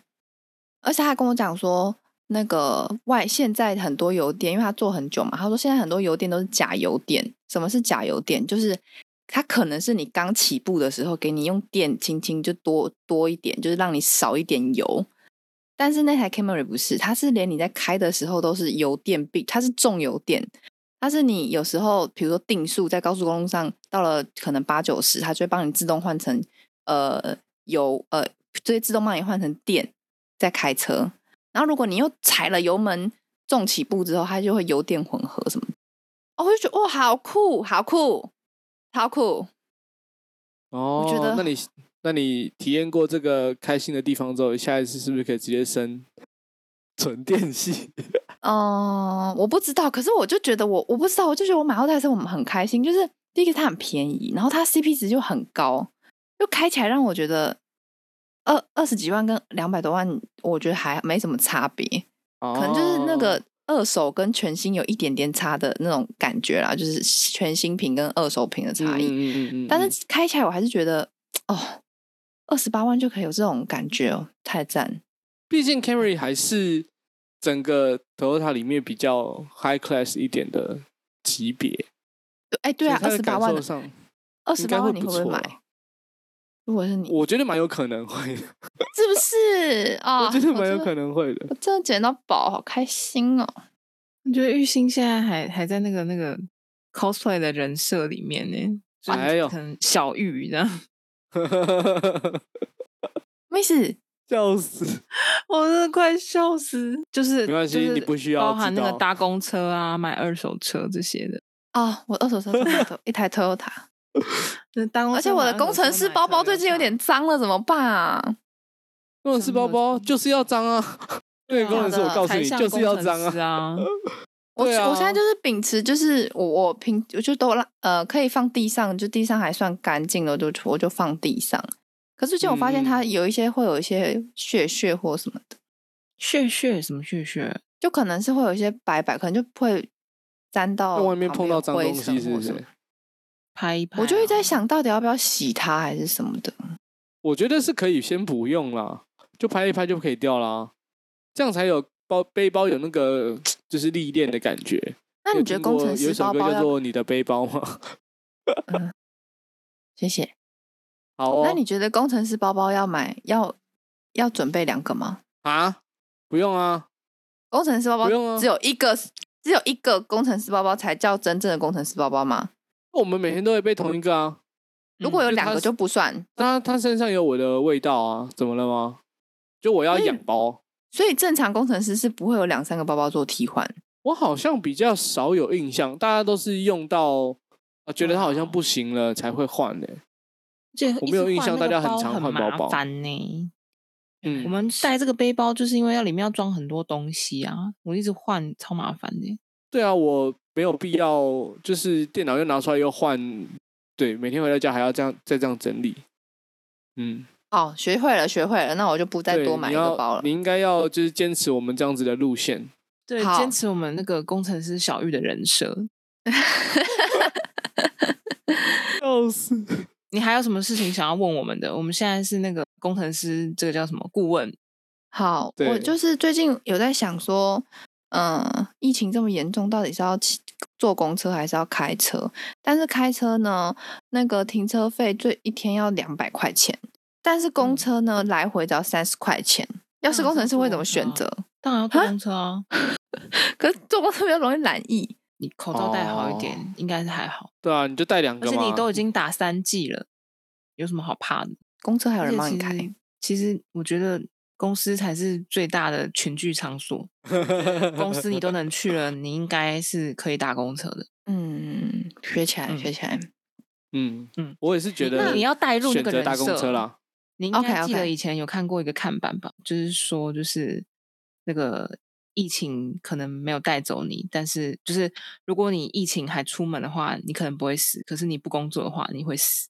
Speaker 2: 而且他还跟我讲说，那个外现在很多油电，因为他做很久嘛，他说现在很多油电都是假油电。什么是假油电？就是它可能是你刚起步的时候给你用电轻轻就多多一点，就是让你少一点油。但是那台 Camry 不是，它是连你在开的时候都是油电并，它是重油电。它是你有时候，比如说定速在高速公路上到了可能八九十，它就会帮你自动换成呃油呃，这些自动帮你换成电在开车。然后如果你又踩了油门重起步之后，它就会油电混合什么的。哦，我就觉得哇，好酷，好酷，好酷！
Speaker 1: 哦，
Speaker 2: 觉得
Speaker 1: 那你那你体验过这个开心的地方之后，下一次是不是可以直接升 纯电系？
Speaker 2: 嗯，我不知道，可是我就觉得我我不知道，我就觉得我买后台车我们很开心，就是第一个它很便宜，然后它 CP 值就很高，就开起来让我觉得二二十几万跟两百多万，我觉得还没什么差别。
Speaker 1: 可
Speaker 2: 可能就是
Speaker 1: 哦
Speaker 2: 那个二手跟全新有一点点差的那种感觉啦，就是全新品跟二手品的差异。
Speaker 1: 嗯嗯嗯嗯嗯
Speaker 2: 但是开起来我还是觉得，哦，二十八万就可以有这种感觉哦，太赞！
Speaker 1: 毕竟 Camry 还是整个 Toyota 里面比较 high class 一点的级别。
Speaker 2: 哎，对啊，
Speaker 1: 所
Speaker 2: 二
Speaker 1: 以它的
Speaker 2: 十八
Speaker 1: 感
Speaker 2: 万
Speaker 1: 受，上，
Speaker 2: 二
Speaker 1: 应
Speaker 2: 十
Speaker 1: 该
Speaker 2: 八
Speaker 1: 会
Speaker 2: 万你会
Speaker 1: 不
Speaker 2: 不
Speaker 1: 错
Speaker 2: 会
Speaker 1: 啊
Speaker 2: 买？如果是你，
Speaker 1: 我觉得蛮有可能会，的，
Speaker 2: 是不是啊？
Speaker 1: 我觉得蛮有
Speaker 2: 真的
Speaker 1: 可，能会的。
Speaker 2: 我真的捡到宝，好开心哦！
Speaker 3: 我觉得玉兴现在还还在那个那个 cosplay 的人设里面呢，就是
Speaker 1: 哎呦
Speaker 3: 可能小玉这 样。
Speaker 2: 没事，
Speaker 1: 笑死！
Speaker 3: 我真的快笑死！就是
Speaker 1: 没关系
Speaker 3: 就是
Speaker 1: 你不需要
Speaker 3: 包含
Speaker 1: 知
Speaker 3: 那个
Speaker 1: 道
Speaker 3: 搭公车啊、买二手车这些的。
Speaker 2: 哦，我二手车上买的一台 Toyota，
Speaker 3: 那啊搭公
Speaker 2: 而且
Speaker 3: 车
Speaker 2: 我
Speaker 3: 买
Speaker 2: 的
Speaker 3: 二
Speaker 2: 工
Speaker 3: 手
Speaker 2: 程
Speaker 3: 车
Speaker 2: 师
Speaker 3: 买
Speaker 2: 包包
Speaker 3: Toyota
Speaker 2: 最近有点脏了，怎么办啊？
Speaker 1: 工程师包包就是要脏啊！对，工程师，我告诉
Speaker 3: 才
Speaker 1: 你，
Speaker 3: 像
Speaker 1: 就是要
Speaker 3: 工程
Speaker 1: 脏
Speaker 3: 师
Speaker 1: 啊！
Speaker 3: 啊！
Speaker 2: 我
Speaker 1: 对
Speaker 2: 是
Speaker 1: 啊
Speaker 2: 我现在就是秉持，就是我我平我就都让呃可以放地上，就地上还算干净的，我就我就放地上。可是最近我发现
Speaker 1: 嗯嗯
Speaker 2: 它有一些会有一些屑屑或什么的，
Speaker 3: 血血什么血血？
Speaker 2: 就可能是会有一些白白，可能就会沾到
Speaker 1: 在外面
Speaker 2: 啊旁
Speaker 1: 碰
Speaker 2: 边
Speaker 1: 到
Speaker 2: 有
Speaker 1: 脏
Speaker 2: 灰
Speaker 1: 东
Speaker 2: 尘
Speaker 1: 西是
Speaker 2: 或
Speaker 1: 不
Speaker 2: 什
Speaker 1: 是
Speaker 2: 么
Speaker 1: 哎
Speaker 2: 的？
Speaker 3: 拍一拍啊、
Speaker 2: 我就会在想到底要不要洗它还是什么的。
Speaker 1: 我觉得是可以先不用啦，就拍一拍就可以掉啦，这样才有包背包有那个就是历练的感觉。
Speaker 2: 那
Speaker 1: 有
Speaker 2: 你觉得
Speaker 1: 听
Speaker 2: 工
Speaker 1: 过
Speaker 2: 程
Speaker 1: 有
Speaker 2: 师
Speaker 1: 一首
Speaker 2: 包
Speaker 1: 歌
Speaker 2: 包
Speaker 1: 叫
Speaker 2: 要
Speaker 1: 做《你的背包》吗？
Speaker 2: 谢谢？
Speaker 1: 好哦，
Speaker 2: 那你觉得工程师包包要买要要准备两个吗？
Speaker 1: 啊，不用啊，
Speaker 2: 工程师包包
Speaker 1: 不用啊
Speaker 2: 只有一个，只有一个工程师包包才叫真正的工程师包包嘛。
Speaker 1: 我们每天都会背同一个啊。
Speaker 2: 如
Speaker 3: 嗯
Speaker 2: 果有
Speaker 1: 嗯就
Speaker 2: 两
Speaker 1: 它
Speaker 2: 个
Speaker 1: 是
Speaker 2: 就不算，
Speaker 1: 他他身上有我的味道啊，怎么了吗？就我要养包，
Speaker 2: 所以正常工程师是不会有两三个包包做替换。
Speaker 1: 我好像比较少有印象，大家都是用到啊，觉得它好像不行了才会换欸的、
Speaker 3: 就
Speaker 1: 我没有印象大家很常换包包
Speaker 3: 烦呢。
Speaker 1: 嗯
Speaker 3: 我们带这个背包就是因为要里面要装很多东西啊，我一直换超麻烦的。
Speaker 1: 对啊，我没有必要，就是电脑又拿出来又换，对，每天回到家还要这样再这样整理。嗯，
Speaker 2: 哦，学会了，学会了，那我就不再
Speaker 1: 对
Speaker 2: 多买一
Speaker 1: 你
Speaker 2: 个
Speaker 1: 要
Speaker 2: 包了
Speaker 1: 你。应该要就是坚持我们这样子的路线。
Speaker 3: 对，
Speaker 2: 好
Speaker 3: 坚持我们那个工程师小玉的人设。
Speaker 1: 要死！
Speaker 3: 你还有什么事情想要问我们的？我们现在是那个工程师，这个叫什么顾问？
Speaker 2: 好，我
Speaker 1: 对
Speaker 2: 就是最近有在想说，嗯，疫情这么严重，到底是要骑坐公车还是要开车？但是开车呢，那个停车费最一天要两百块钱，但是公
Speaker 3: 嗯
Speaker 2: 车呢，来回只要三十块钱。要是
Speaker 1: 啊
Speaker 3: 那
Speaker 2: 工程师
Speaker 3: 坐
Speaker 2: 会怎么
Speaker 3: 公
Speaker 2: 选
Speaker 3: 车
Speaker 2: 择？
Speaker 3: 当然要坐公车啊，
Speaker 2: 可是坐公车比较容易懒意。
Speaker 3: 你口罩戴好一点，
Speaker 1: 哦
Speaker 3: 应该是还好。
Speaker 1: 对啊，你就带两
Speaker 3: 而
Speaker 1: 个
Speaker 3: 且
Speaker 1: 嘛。
Speaker 3: 你都已经打三剂了，有什么好怕的？
Speaker 2: 公车还有
Speaker 3: 而
Speaker 2: 人
Speaker 3: 且
Speaker 2: 帮你
Speaker 3: 其
Speaker 2: 开，嗯
Speaker 3: 实其实我觉得公司才是最大的群聚场所， 公司你都能去了，你应该是可以搭公车的。
Speaker 2: 嗯，学起来，
Speaker 3: 嗯
Speaker 2: 学起来。
Speaker 1: 嗯
Speaker 3: 嗯
Speaker 1: 嗯，我也是觉
Speaker 3: 那
Speaker 1: 得
Speaker 3: 你要带入那
Speaker 1: 选
Speaker 3: 个
Speaker 1: 择
Speaker 3: 人
Speaker 1: 搭公
Speaker 3: 设
Speaker 1: 车啦。
Speaker 3: 你应该
Speaker 2: OK，OK
Speaker 3: 记得以前有看过一个看板吧，就是说就是那个疫情可能没有带走你，但是就是如果你疫情还出门的话，你可能不会死，可是你不工作的话，你会死。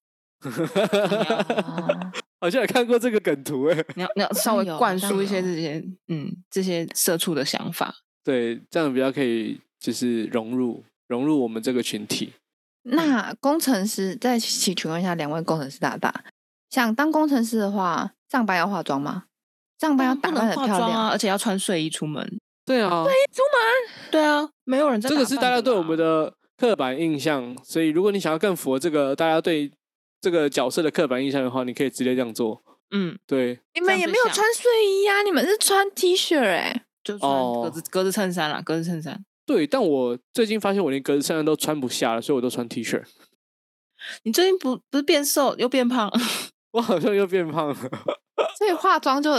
Speaker 3: 啊
Speaker 2: 哦
Speaker 1: 好像有看过这个梗图哎、
Speaker 3: 你要你要稍
Speaker 2: 像
Speaker 3: 微
Speaker 2: 有
Speaker 3: 灌
Speaker 2: 像
Speaker 3: 输一些
Speaker 2: 有
Speaker 3: 这些嗯这些社畜的想法。
Speaker 1: 对，这样比较可以就是融入融入我们这个群体。
Speaker 2: 那工程师，再请请问一下两位工程师大大，想当工程师的话，上班要化妆吗？上班要打
Speaker 3: 不
Speaker 2: 扮
Speaker 3: 能
Speaker 2: 的
Speaker 3: 化
Speaker 2: 漂
Speaker 3: 妆
Speaker 2: 亮，
Speaker 3: 啊，而且要穿睡衣出门。
Speaker 1: 对啊，
Speaker 3: 对啊，没有人在
Speaker 1: 这个
Speaker 3: 打
Speaker 1: 是
Speaker 3: 扮
Speaker 1: 大家
Speaker 3: 的
Speaker 1: 对我
Speaker 3: 啦
Speaker 1: 们的刻板印象，所以如果你想要更符合这个大家对这个角色的刻板印象的话，你可以直接这样做。
Speaker 3: 嗯，
Speaker 1: 对，
Speaker 2: 你
Speaker 3: 这
Speaker 2: 们
Speaker 3: 样
Speaker 2: 也
Speaker 3: 最
Speaker 2: 没有
Speaker 3: 像
Speaker 2: 穿睡衣啊，你们是穿 T 恤哎、
Speaker 3: 就穿格
Speaker 1: 哦
Speaker 3: 子、格子衬衫啦，格子衬衫。
Speaker 1: 对，但我最近发现我连格子衬衫都穿不下了，所以我都穿 T 恤。
Speaker 3: 你最近不不是变瘦又变胖？
Speaker 1: 我好像又变胖了。
Speaker 2: 所以化妆就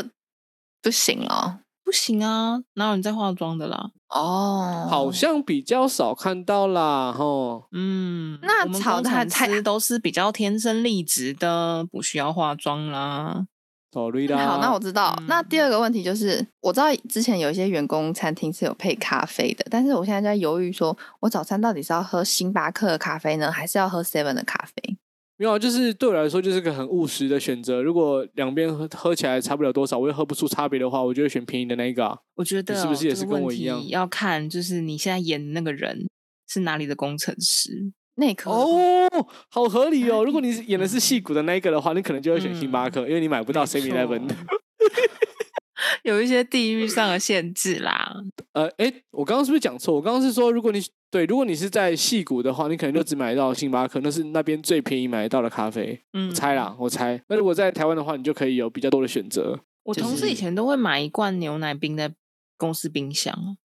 Speaker 2: 不行了。
Speaker 3: 不行啊，哪有人在化妆的啦？
Speaker 2: 哦，
Speaker 1: 好像比较少看到啦，吼。
Speaker 3: 嗯，
Speaker 2: 那
Speaker 3: 我们
Speaker 2: 炒
Speaker 3: 工
Speaker 2: 得还
Speaker 3: 程
Speaker 2: 太
Speaker 1: 啊
Speaker 3: 师都是比较天生丽质的，不需要化妆啦。
Speaker 1: Sorry 啦。
Speaker 2: 嗯好，那我知道。那第
Speaker 3: 嗯
Speaker 2: 二个问题就是，我知道之前有一些员工餐厅是有配咖啡的，但是我现在在犹豫说，我早餐到底是要喝星巴克的咖啡呢，还是要喝 Seven 的咖啡？
Speaker 1: 没有啊，就是对我来说就是个很务实的选择。如果两边喝喝起来差不了多少，我又喝不出差别的话，我就会选便宜的那一个、啊。
Speaker 3: 我觉得、哦、
Speaker 1: 是不是也
Speaker 3: 这
Speaker 1: 是
Speaker 3: 个
Speaker 1: 跟
Speaker 3: 问
Speaker 1: 我一样
Speaker 3: 题要看，就是你现在演的那个人是哪里的工程师？
Speaker 2: 内科
Speaker 1: 哦，好合理
Speaker 3: 哎
Speaker 1: 哦！如果你是演的是戏骨的那一个的话，你可能就会选星巴克，因为你买不到
Speaker 3: 嗯没
Speaker 1: Seven Eleven 的
Speaker 3: 错。 有一些地域上的限制啦。
Speaker 1: 呃，哎，我刚刚是不是讲错？我刚刚是说，如果你对，如果你是在戏骨的话，你可能就只买到星巴克，那是那边最便宜买得到的咖啡。
Speaker 3: 嗯，
Speaker 1: 我猜啦，我猜。那如果在台湾的话，你就可以有比较多的选择。
Speaker 3: 我
Speaker 1: 就
Speaker 3: 同事以
Speaker 1: 是
Speaker 3: 前都会买一罐牛奶冰在公司冰箱，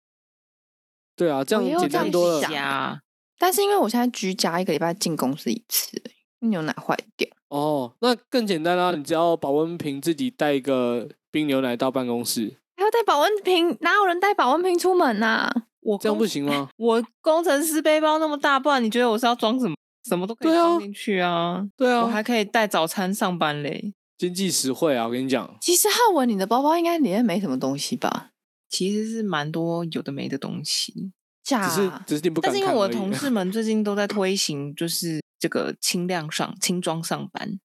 Speaker 1: 对啊，这
Speaker 3: 哦
Speaker 2: 我也
Speaker 1: 样
Speaker 2: 有
Speaker 1: 简
Speaker 2: 这样
Speaker 1: 单多了
Speaker 2: 想
Speaker 3: 家
Speaker 2: 但是因为我现在居家一个礼拜进公司一次，牛奶坏掉。
Speaker 1: 哦。那更简单啦、你只要保温瓶自己带一个冰牛奶到办公室，
Speaker 2: 还要带保温瓶，哪有人带保温瓶出门啊呐、
Speaker 3: 我
Speaker 1: 这样
Speaker 3: 公
Speaker 1: 不行 吗？
Speaker 3: 我工程师背包那么大，不然你觉得我是要装什么？什么都可以
Speaker 1: 对啊
Speaker 3: 装进去啊！
Speaker 1: 对
Speaker 3: 我还
Speaker 1: 啊，
Speaker 3: 可以带早餐上班嘞。
Speaker 1: 经济实惠啊！我跟你讲，
Speaker 2: 其实浩文，你的包包应该里面没什么东西吧？
Speaker 3: 其实是蛮多有的没的东西，
Speaker 2: 假
Speaker 1: 只是只是你不敢
Speaker 3: 啊但
Speaker 1: 看
Speaker 3: 是因
Speaker 1: 而已。啊
Speaker 3: 为我的同事们最近都在推行，就是这个轻量上轻装上班，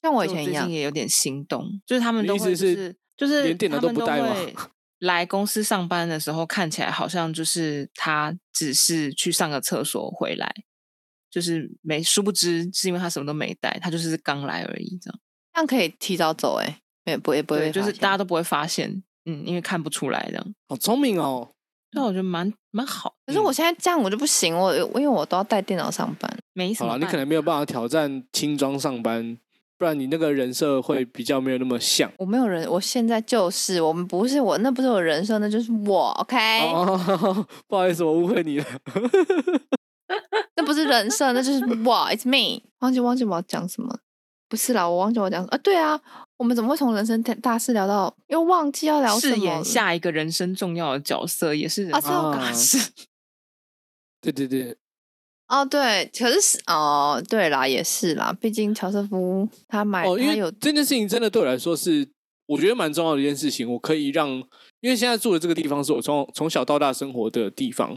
Speaker 2: 像我
Speaker 3: 所
Speaker 2: 以前
Speaker 3: 以
Speaker 2: 一
Speaker 3: 最
Speaker 2: 样
Speaker 3: 近，也有点心动，就是他们
Speaker 1: 你
Speaker 3: 都
Speaker 1: 意思
Speaker 3: 会就是是就是
Speaker 1: 连电脑
Speaker 3: 他
Speaker 1: 都
Speaker 3: 们
Speaker 1: 不带吗
Speaker 3: 会来公司上班的时候，看起来好像就是他只是去上个厕所回来，就是没殊不知是因为他什么都没带，他就是刚来而已，这样
Speaker 2: 这样可以提早走哎、也不也不会
Speaker 3: 对，
Speaker 2: 被
Speaker 3: 就是
Speaker 2: 发现
Speaker 3: 大家都不会发现，嗯，因为看不出来这样。
Speaker 1: 好聪明哦。
Speaker 3: 那我觉得蛮蛮好，
Speaker 2: 可是我
Speaker 3: 嗯
Speaker 2: 现在这样我就不行，我因为我都要带电脑上班。
Speaker 3: 没什
Speaker 1: 好
Speaker 3: 么
Speaker 1: 了，
Speaker 3: 办
Speaker 1: 你
Speaker 3: 法，
Speaker 1: 可能没有办法挑战轻装上班，不然你那个人设
Speaker 2: 嗯
Speaker 1: 会比较没有那么像。
Speaker 2: 我没有人，我现在就是我们不是我，那不是我人生，那就是我，OK，、
Speaker 1: 哦， 不好意思，我误会你了。
Speaker 2: 啊那不是人设，那就是我，It's me。忘记忘记我要讲什么，不是啦，我忘记我要讲什么啊，对啊，我们怎么会从人生大大事聊到，又忘记要聊什
Speaker 3: 饰
Speaker 2: 么
Speaker 3: 演？下一个人生重要的角色，也是人
Speaker 2: 啊，
Speaker 3: 生
Speaker 2: 这我
Speaker 1: 啊
Speaker 2: 刚
Speaker 1: 对对对，
Speaker 2: 哦，对，可是是哦，对啦，也是啦，毕竟乔瑟夫他买、
Speaker 1: 哦，因
Speaker 2: 哎他
Speaker 1: 为
Speaker 2: 有
Speaker 1: 这件事情真的对我来说是我觉得蛮重要的一件事情。我可以让，因为现在住的这个地方是我从从小到大生活的地方，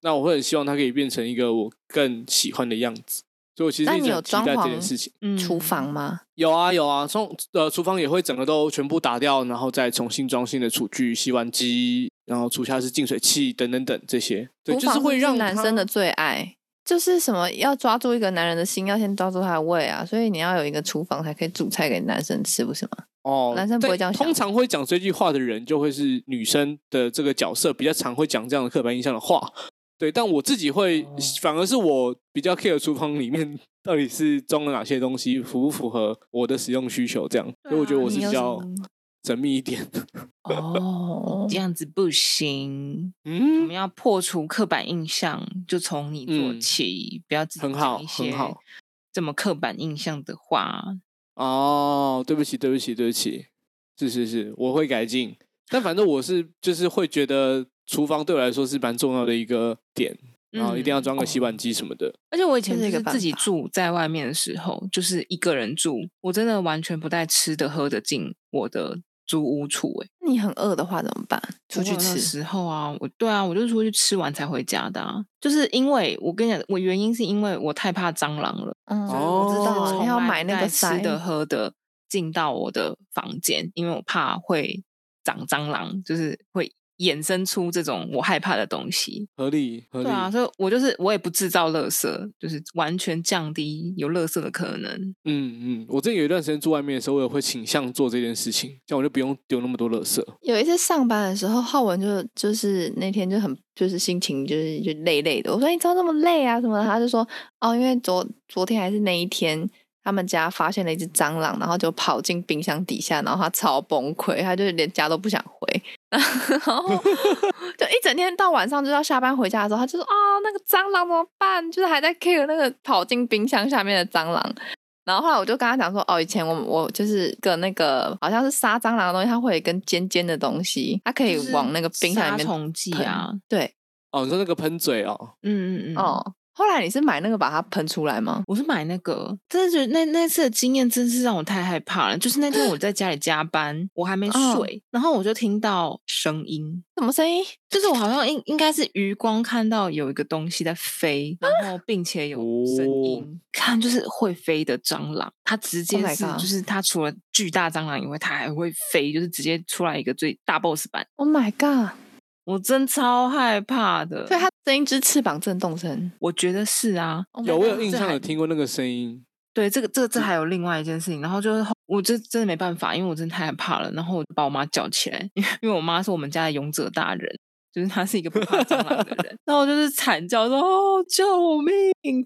Speaker 1: 那我会很希望它可以变成一个我更喜欢的样子。所以我其实
Speaker 2: 那
Speaker 1: 一
Speaker 2: 你
Speaker 1: 直
Speaker 2: 有
Speaker 1: 很期
Speaker 2: 装
Speaker 1: 待这
Speaker 2: 潢
Speaker 1: 件事情。
Speaker 3: 嗯
Speaker 2: 厨房吗？
Speaker 1: 有啊有啊，从呃厨房也会整个都全部打掉，然后再重新装新的厨具、洗碗机，然后厨下是净水器等等等这些，对，
Speaker 2: 厨
Speaker 1: 就
Speaker 2: 房
Speaker 1: 是
Speaker 2: 不
Speaker 1: 会让
Speaker 2: 男
Speaker 1: 它
Speaker 2: 生的最爱，就是什么要抓住一个男人的心，要先抓住他的胃啊，所以你要有一个厨房才可以煮菜给男生吃，不是吗？
Speaker 1: 哦，
Speaker 2: 男生不
Speaker 1: 对
Speaker 2: 会这样想
Speaker 1: 通常会讲这句话的人，就会是女生的这个角色比较常会讲这样的刻板印象的话。对，但我自己会，
Speaker 2: 哦
Speaker 1: 反而是我比较 care 厨房里面 到底是装了哪些东西，符不符合我的使用需求，这样。
Speaker 3: 对啊
Speaker 1: 所以我觉得我是
Speaker 2: 你
Speaker 1: 比
Speaker 2: 有
Speaker 1: 较
Speaker 2: 什么
Speaker 1: 缜密一点。
Speaker 3: 哦，这样子不行。我
Speaker 1: 嗯
Speaker 3: 们，要破除刻板印象，就从你做
Speaker 1: 嗯
Speaker 3: 起，不要自己
Speaker 1: 很
Speaker 3: 讲
Speaker 1: 好
Speaker 3: 一
Speaker 1: 很
Speaker 3: 些
Speaker 1: 好
Speaker 3: 这么刻板印象的话。
Speaker 1: 哦，对不起，对不起，对不起，是是是，我会改进。但反正我是就是会觉得厨房对我来说是蛮重要的一个点，然后一定要
Speaker 3: 嗯
Speaker 1: 装个洗碗机什么的。
Speaker 3: 而且我以
Speaker 2: 这
Speaker 3: 前
Speaker 2: 是一
Speaker 3: 就
Speaker 2: 个
Speaker 3: 是
Speaker 2: 办
Speaker 3: 自己
Speaker 2: 法
Speaker 3: 住在外面的时候，就是一个人住，我真的完全不带吃的喝的进我的租屋处、欸。
Speaker 2: 你很饿的话怎么办？出去
Speaker 3: 我那
Speaker 2: 吃。
Speaker 3: 时候啊，我对啊，我就出去吃完才回家的、啊，就是因为我跟你讲，我原因是因为我太怕蟑螂了，
Speaker 2: 嗯，
Speaker 1: 哦
Speaker 2: 我知
Speaker 1: 哦
Speaker 2: 道
Speaker 3: 从
Speaker 2: 你要
Speaker 3: 来
Speaker 2: 买
Speaker 3: 不
Speaker 2: 那
Speaker 3: 带
Speaker 2: 个
Speaker 3: 吃
Speaker 2: 塞
Speaker 3: 的喝的进到我的房间，因为我怕会长蟑螂，就是会衍生出这种我害怕的东西。
Speaker 1: 合理合理。
Speaker 3: 对啊，所以我就是我也不制造垃圾，就是完全降低有垃圾的可能。
Speaker 1: 嗯嗯，我之前有一段时间住外面的时候，我也会倾向做这件事情，这样我就不用丢那么多垃圾。
Speaker 2: 有一次上班的时候，浩文就就是那天就很就是心情就是就累累的。我说你怎么那么累啊什么的，他就说哦，因为昨昨天还是那一天，他们家发现了一只蟑螂，然后就跑进冰箱底下，然后他超崩溃，他就连家都不想回。 然后就一整天到晚上，就要下班回家的时候，他就说啊、那个蟑螂怎么办？就是还在 care 那个跑进冰箱下面的蟑螂。然后后来我就跟他讲说，哦，以前我我就是个那个好像是杀蟑螂的东西，它会有一根尖尖的东西，它可以
Speaker 3: 就是
Speaker 2: 往那个冰箱里
Speaker 3: 杀
Speaker 2: 面
Speaker 3: 虫剂
Speaker 2: 喷
Speaker 3: 啊，
Speaker 2: 对，
Speaker 1: 哦，你说那个喷嘴哦，
Speaker 3: 嗯嗯嗯，
Speaker 2: 哦。后来你是买那个把它喷出来吗？
Speaker 3: 我是买那个，真的觉得那那次的经验真是让我太害怕了。就是那天我在家里加班，我还没
Speaker 2: 嗯
Speaker 3: 睡，然后我就听到声音，
Speaker 2: 什么声音？
Speaker 3: 就是我好像应应该是余光看到有一个东西在飞，然
Speaker 2: 啊
Speaker 3: 后并且有声
Speaker 1: 哦
Speaker 3: 音，看就是会飞的蟑螂，它直接
Speaker 2: Oh my
Speaker 3: 是、
Speaker 2: God
Speaker 3: 就是它除了巨大蟑螂以外，它还会飞，就是直接出来一个最大 boss 版，
Speaker 2: Oh my god！
Speaker 3: 我真超害怕的。
Speaker 2: 所以它声音之翅膀震动声。
Speaker 3: 我觉得是啊，
Speaker 2: Oh my
Speaker 1: 有我有
Speaker 2: god
Speaker 1: 印
Speaker 3: 这
Speaker 1: 象
Speaker 3: 还
Speaker 1: 有听过那个声音。
Speaker 3: 对，这个这个这还有另外一件事情，然后就是后我这真的没办法，因为我真的太害怕了，然后我就把我妈叫起来，因为我妈是我们家的勇者大人，就是她是一个不怕蟑螂的人，然后我就是惨叫说哦救命，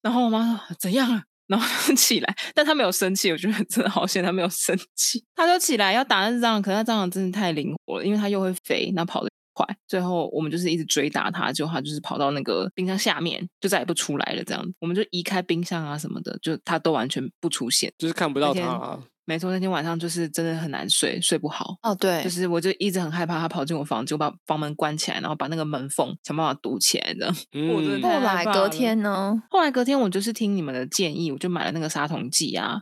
Speaker 3: 然后我妈说怎样了？ 然后她就起来，但她没有生气，我觉得真的好险，她没有生气。她就起来要打那只蟑螂，可是那蟑螂真的太灵活了，因为它又会飞，那跑得快。最后我们就是一直追打它，结果它就是跑到那个冰箱下面，就再也不出来了。这样，我们就移开冰箱啊什么的，就它都完全不出现。
Speaker 1: 就是看不到它、
Speaker 3: 天
Speaker 1: 啊，
Speaker 3: 没错，那天晚上就是真的很难睡，睡不好。
Speaker 2: 哦，对，
Speaker 3: 就是我就一直很害怕它跑进我房间，我把房门关起来，然后把那个门缝想办法堵起来的。我真的
Speaker 1: 嗯
Speaker 2: 后
Speaker 3: 太
Speaker 2: 来
Speaker 3: 害怕
Speaker 2: 隔
Speaker 3: 了
Speaker 2: 天呢？
Speaker 3: 后来隔天我就是听你们的建议，我就买了那个杀虫剂啊，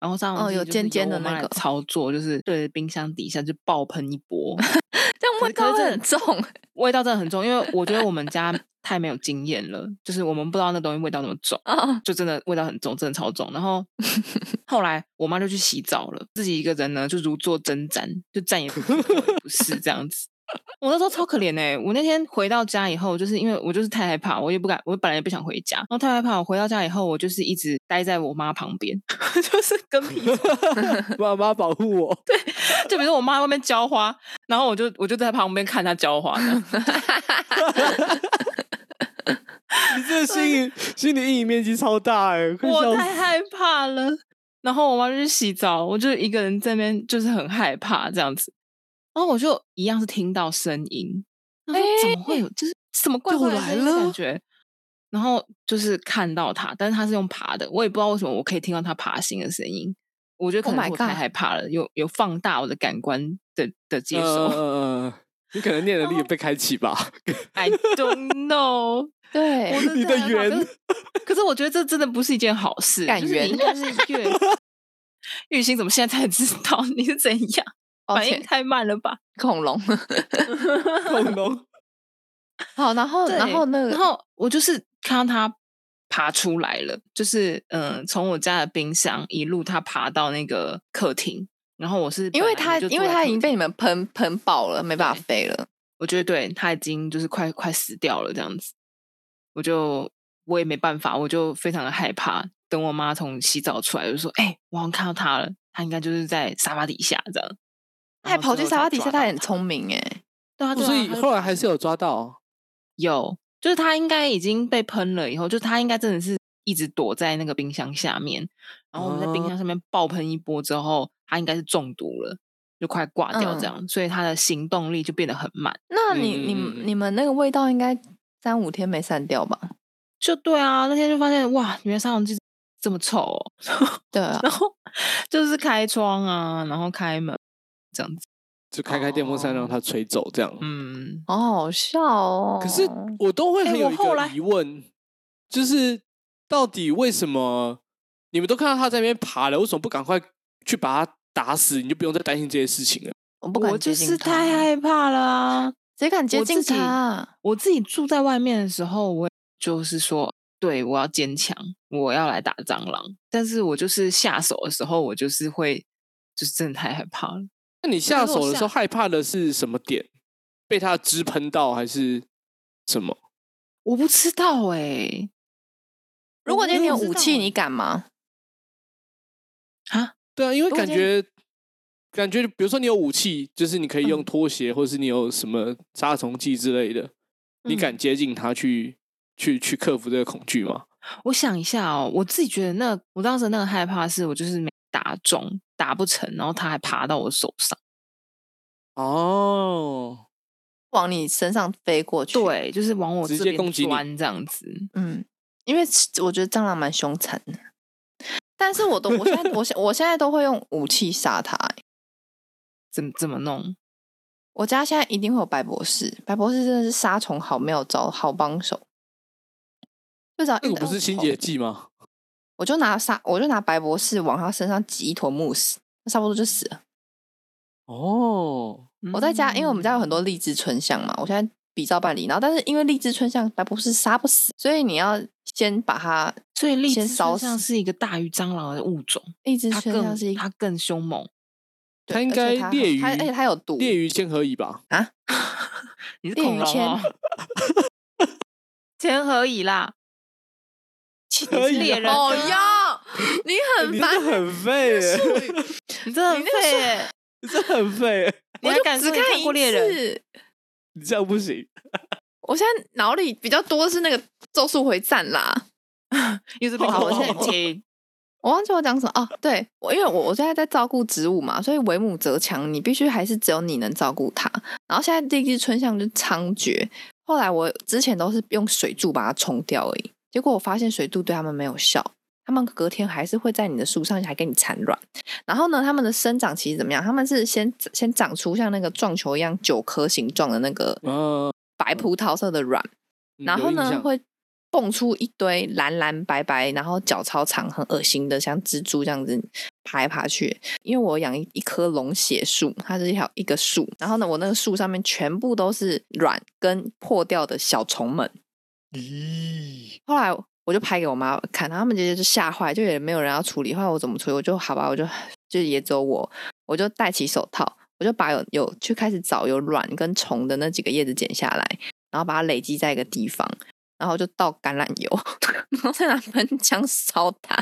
Speaker 3: 然后杀虫
Speaker 2: 哦
Speaker 3: 剂
Speaker 2: 有
Speaker 3: 就是
Speaker 2: 尖尖
Speaker 3: 由
Speaker 2: 的
Speaker 3: 我妈
Speaker 2: 那
Speaker 3: 来
Speaker 2: 个
Speaker 3: 操作，就是对着冰箱底下就爆喷一波，
Speaker 2: 这样味
Speaker 3: 可
Speaker 2: 道
Speaker 3: 是这
Speaker 2: 会很重。
Speaker 3: 味道真的很重，因为我觉得我们家太没有经验了，就是我们不知道那东西味道那么重。
Speaker 2: 啊，
Speaker 3: 就真的味道很重，真的超重。然后 后来我妈就去洗澡了，自己一个人呢就如坐针毡，就站也不是，坐也不是这样子。 我那时候超可怜哎、我那天回到家以后，就是因为我就是太害怕，我也不敢，我本来也不想回家，然后太害怕。我回到家以后，我就是一直待在我妈旁边， 就是跟屁虫
Speaker 1: 妈妈保护我，
Speaker 3: 就比如说我妈在外面浇花，然后我就我就在旁边看她浇花这样，
Speaker 1: 你这心理心理阴影面积超大哎、快
Speaker 3: 我
Speaker 1: 笑
Speaker 3: 太
Speaker 1: 死！
Speaker 3: 害怕了。然后我妈就去洗澡，我就一个人在那边，就是很害怕这样子。然后我就一样是听到声音，然后怎么会有就是什么怪
Speaker 1: 又
Speaker 3: 怪的
Speaker 1: 来
Speaker 3: 声音的
Speaker 1: 了
Speaker 3: 感觉？然后就是看到他，但是他是用爬的，我也不知道为什么我可以听到他爬行的声音。我觉得可
Speaker 2: Oh
Speaker 3: 能
Speaker 2: my
Speaker 3: 是我太
Speaker 2: God
Speaker 3: 害怕了，有有放大我的感官的的接
Speaker 1: 呃
Speaker 3: 受。
Speaker 1: 呃呃呃 你可能念能力也被开启 吧？
Speaker 3: I don't know，
Speaker 2: 对
Speaker 3: 我哦真
Speaker 1: 你的
Speaker 3: 很好可
Speaker 1: 缘
Speaker 3: 是可是我觉得这真的不是一件好事，
Speaker 2: 感
Speaker 3: 就是
Speaker 2: 缘
Speaker 3: 你应该是 越玉兴怎么现在才知道你是怎样？
Speaker 2: 抱
Speaker 3: 反应
Speaker 2: 歉，
Speaker 3: 太慢了吧？
Speaker 2: 恐龙。
Speaker 1: 恐龙，
Speaker 2: 好，然后然
Speaker 3: 对
Speaker 2: 后那
Speaker 3: 然
Speaker 2: 个
Speaker 3: 后我就是看到他爬出来了，就是嗯，从我家的冰箱一路他爬到那个客厅，然后我是
Speaker 2: 因
Speaker 3: 本
Speaker 2: 为
Speaker 3: 来
Speaker 2: 它
Speaker 3: 就
Speaker 2: 因
Speaker 3: 坐
Speaker 2: 为
Speaker 3: 在
Speaker 2: 它
Speaker 3: 客
Speaker 2: 已经
Speaker 3: 厅
Speaker 2: 被你们喷喷爆了，没办法飞了。
Speaker 3: 我觉得对他已经就是快快死掉了这样子，我就我也没办法，我就非常的害怕。等我妈从洗澡出来，我就说：“哎、我好像看到他了，他应该就是在沙发底下这样。”
Speaker 2: 它还跑去沙发底下，它很聪明哎。
Speaker 3: 对 啊，对啊
Speaker 1: 哦所以
Speaker 3: 他就
Speaker 1: 后来还是有抓到。
Speaker 3: 有，就是他应该已经被喷了以后，就他应该真的是一直躲在那个冰箱下面，然后我们在冰
Speaker 1: 哦
Speaker 3: 箱上面爆喷一波之后，他应该是中毒了，就快挂掉这样，所以他的行动力就变得很慢。
Speaker 2: 那你你
Speaker 1: 嗯嗯嗯
Speaker 2: 你们那个味道应该三五天没散掉吧？
Speaker 3: 就对啊，那天就发现哇，原来沙龙机这么臭哦，
Speaker 2: 对啊，
Speaker 3: 然后就是开窗啊，然后开门这样子，
Speaker 1: 就开开电风扇让它吹走，这样。
Speaker 3: 嗯，
Speaker 2: 好好笑哦。
Speaker 1: 可是我都会
Speaker 3: 哎
Speaker 1: 很有
Speaker 3: 我
Speaker 1: 一
Speaker 3: 后
Speaker 1: 个
Speaker 3: 来
Speaker 1: 疑问，就是到底为什么你们都看到它在那边爬了，为什么不赶快去把它打死？你就不用再担心这些事情了。
Speaker 2: 我不
Speaker 3: 我
Speaker 2: 敢
Speaker 3: 就
Speaker 2: 接近
Speaker 3: 是
Speaker 2: 它
Speaker 3: 太害怕了啊。
Speaker 2: 谁敢接
Speaker 3: 我
Speaker 2: 近啊
Speaker 3: 自己
Speaker 2: 它？
Speaker 3: 我自己住在外面的时候，我也就是说，对我要坚强，我要来打蟑螂。但是我就是下手的时候，我就是会，就是真的太害怕了。
Speaker 1: 那你下手的时候
Speaker 3: 下
Speaker 1: 害怕的是什么点？被它的汁喷到还是什么？
Speaker 3: 我不知道哎、
Speaker 2: 如果
Speaker 3: 我
Speaker 2: 今天你有
Speaker 3: 我不知
Speaker 2: 武
Speaker 3: 道
Speaker 2: 器，
Speaker 3: 欸
Speaker 2: 你敢吗？
Speaker 3: 啊，
Speaker 1: 对啊，因为
Speaker 3: 如果
Speaker 1: 感
Speaker 3: 今天
Speaker 1: 觉感觉，比如说你有武器，就是你可以用
Speaker 2: 嗯
Speaker 1: 拖鞋，或是你有什么杀虫剂之类的，你
Speaker 3: 嗯
Speaker 1: 敢接近它去去去克服这个恐惧吗？
Speaker 3: 我想一下哦，我自己觉得那我当时那个害怕是我就是没打中，打不成，然后它还爬到我手上。
Speaker 1: 哦，
Speaker 2: 往你身上飞过去？，
Speaker 3: 对，就是往我
Speaker 1: 直
Speaker 3: 这
Speaker 1: 接
Speaker 3: 边
Speaker 1: 攻击你
Speaker 3: 钻这样子。
Speaker 2: 嗯，因为其我觉得蟑螂蛮凶残的，但是我都我现在我现我现在都会用武器杀它欸、
Speaker 3: 怎么怎么弄？
Speaker 2: 我家现在一定会有白博士，白博士真的是杀虫好没有招，好帮手。至少
Speaker 1: 那个不是清洁剂吗？
Speaker 2: 我就拿杀，我就拿白博士往他身上挤一坨慕斯，那差不多就死了。
Speaker 1: 哦，
Speaker 2: 我在家，因为我们
Speaker 3: 嗯
Speaker 2: 家有很多荔枝春香嘛，我现在比照办理。然后，但是因为荔枝春香白博士杀不死，所以你要先把它
Speaker 3: 所以荔
Speaker 2: 先
Speaker 3: 枝
Speaker 2: 烧
Speaker 3: 实上
Speaker 2: 死
Speaker 3: 是一个大于蟑螂的物种，
Speaker 2: 荔枝
Speaker 3: 它
Speaker 2: 春香
Speaker 3: 更
Speaker 2: 是一
Speaker 3: 它更凶猛。
Speaker 2: 对
Speaker 1: 它应
Speaker 2: 而且
Speaker 1: 该
Speaker 2: 它
Speaker 1: 列于
Speaker 2: 它而且它有毒，
Speaker 1: 猎鱼先可以吧？
Speaker 3: 你是
Speaker 2: 恋
Speaker 3: 恐
Speaker 2: 与
Speaker 3: 龙
Speaker 2: 千
Speaker 3: 哦，前何以啦？
Speaker 1: 可以
Speaker 3: 猎人
Speaker 1: 啊
Speaker 2: 哦
Speaker 3: 跟
Speaker 2: 哟，你
Speaker 1: 你
Speaker 2: 很
Speaker 1: 真
Speaker 2: 烦
Speaker 1: 的，很废耶，
Speaker 3: 你真的很
Speaker 2: 你那个
Speaker 3: 废耶，
Speaker 1: 你真的很废耶，
Speaker 3: 你
Speaker 2: 我
Speaker 3: 还
Speaker 2: 就
Speaker 3: 敢
Speaker 2: 只
Speaker 3: 说你
Speaker 2: 看
Speaker 3: 看
Speaker 2: 一
Speaker 3: 过猎人？
Speaker 2: 次。
Speaker 1: 你这样不行。
Speaker 2: 我现在脑里比较多是那个《咒术回战》啦，
Speaker 3: 又 是被
Speaker 2: 好
Speaker 3: 恐
Speaker 2: 我现在
Speaker 3: 龙亲，
Speaker 2: 我忘记我讲什么哦。对，我因为我我现在在照顾植物嘛，所以为母则强，你必须还是只有你能照顾它。然后现在第一只春象就是猖獗，后来我之前都是用水柱把它冲掉而已，结果我发现水柱对它们没有效。它们隔天还是会在你的树上还给你产卵，然后呢，它们的生长其实怎么样？它们是先先长出像那个撞球一样九颗形状的那个
Speaker 1: 嗯，
Speaker 2: 白葡萄色的卵，
Speaker 1: 嗯
Speaker 2: 然
Speaker 1: 有
Speaker 2: 后
Speaker 1: 印
Speaker 2: 呢
Speaker 1: 象
Speaker 2: 会蹦出一堆蓝蓝白白，然后脚超长、很恶心的，像蜘蛛这样子爬来爬去。因为我养一一棵龙血树，它是一条一个树，然后呢，我那个树上面全部都是卵跟破掉的小虫们。
Speaker 1: 咦，
Speaker 2: 后来我就拍给我妈看，然后他们直接就吓坏，就也没有人要处理。后来我怎么处理？我就好吧，我就就也只有我，我就戴起手套，我就把有有去开始找有卵跟虫的那几个叶子剪下来，然后把它累积在一个地方，然后就倒橄榄油， 然后再拿喷 枪烧它，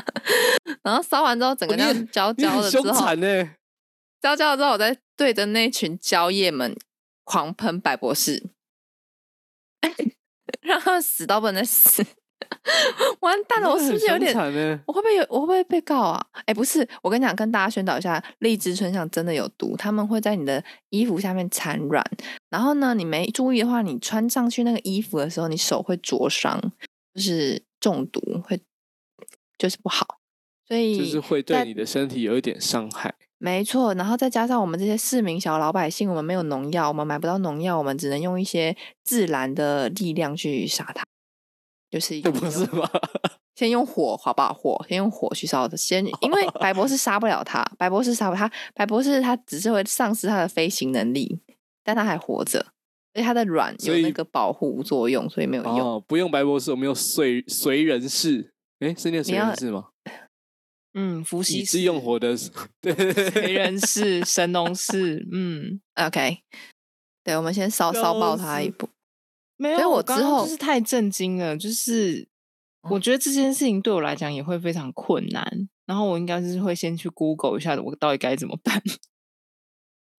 Speaker 2: 然后烧完之后整个
Speaker 1: 哦
Speaker 2: 这
Speaker 1: 你
Speaker 2: 样焦
Speaker 1: 你
Speaker 2: 焦
Speaker 1: 很
Speaker 2: 的之
Speaker 1: 凶
Speaker 2: 后，
Speaker 1: 残呢。
Speaker 2: 焦焦了之后，我再对着那群蕉叶们 狂喷百博士，让他们死到不能再死。完蛋了，我是不是有点？
Speaker 1: 呢？
Speaker 2: 我会不会有？我会不会被告啊？哎，不是，我跟你讲，跟大家宣导一下，荔枝春香真的有毒，他们会在你的衣服下面产卵，然后呢，你没注意的话，你穿上去那个衣服的时候，你手会灼伤，就是中毒，会就是不好，所以
Speaker 1: 就是会对
Speaker 2: 在
Speaker 1: 你的身体有一点伤害。
Speaker 2: 没错，然后再加上我们这些市民小老百姓，我们没有农药，我们买不到农药，我们只能用一些自然的力量去杀它，就是
Speaker 1: 这不是 吗？
Speaker 2: 先用火，好不好？火先用火去烧的，先因为白博士杀不了它，白博士杀不它，白博士它只是会丧失它的飞行能力，但它还活着，而且它的卵有
Speaker 1: 所以
Speaker 2: 那个保护作用，所以没有用。
Speaker 1: 哦，不用白博士，我们用随随人氏。哎，是念随
Speaker 2: 你要
Speaker 1: 人氏吗？
Speaker 3: 嗯， 伏羲
Speaker 1: 以之
Speaker 3: 氏
Speaker 1: 用火的， 对对对
Speaker 3: 肥人氏、神农氏，嗯，
Speaker 2: OK，对，我们先烧烧爆它一
Speaker 3: 笑死
Speaker 2: 步。
Speaker 3: 没有。
Speaker 2: 所以我
Speaker 3: 我刚
Speaker 2: 之
Speaker 3: 刚
Speaker 2: 后嗯
Speaker 3: 就是太震惊了，就是我觉得这件事情对我来讲也会非常困难。然后我应该是会先去 Google 一下，我到底该怎么办。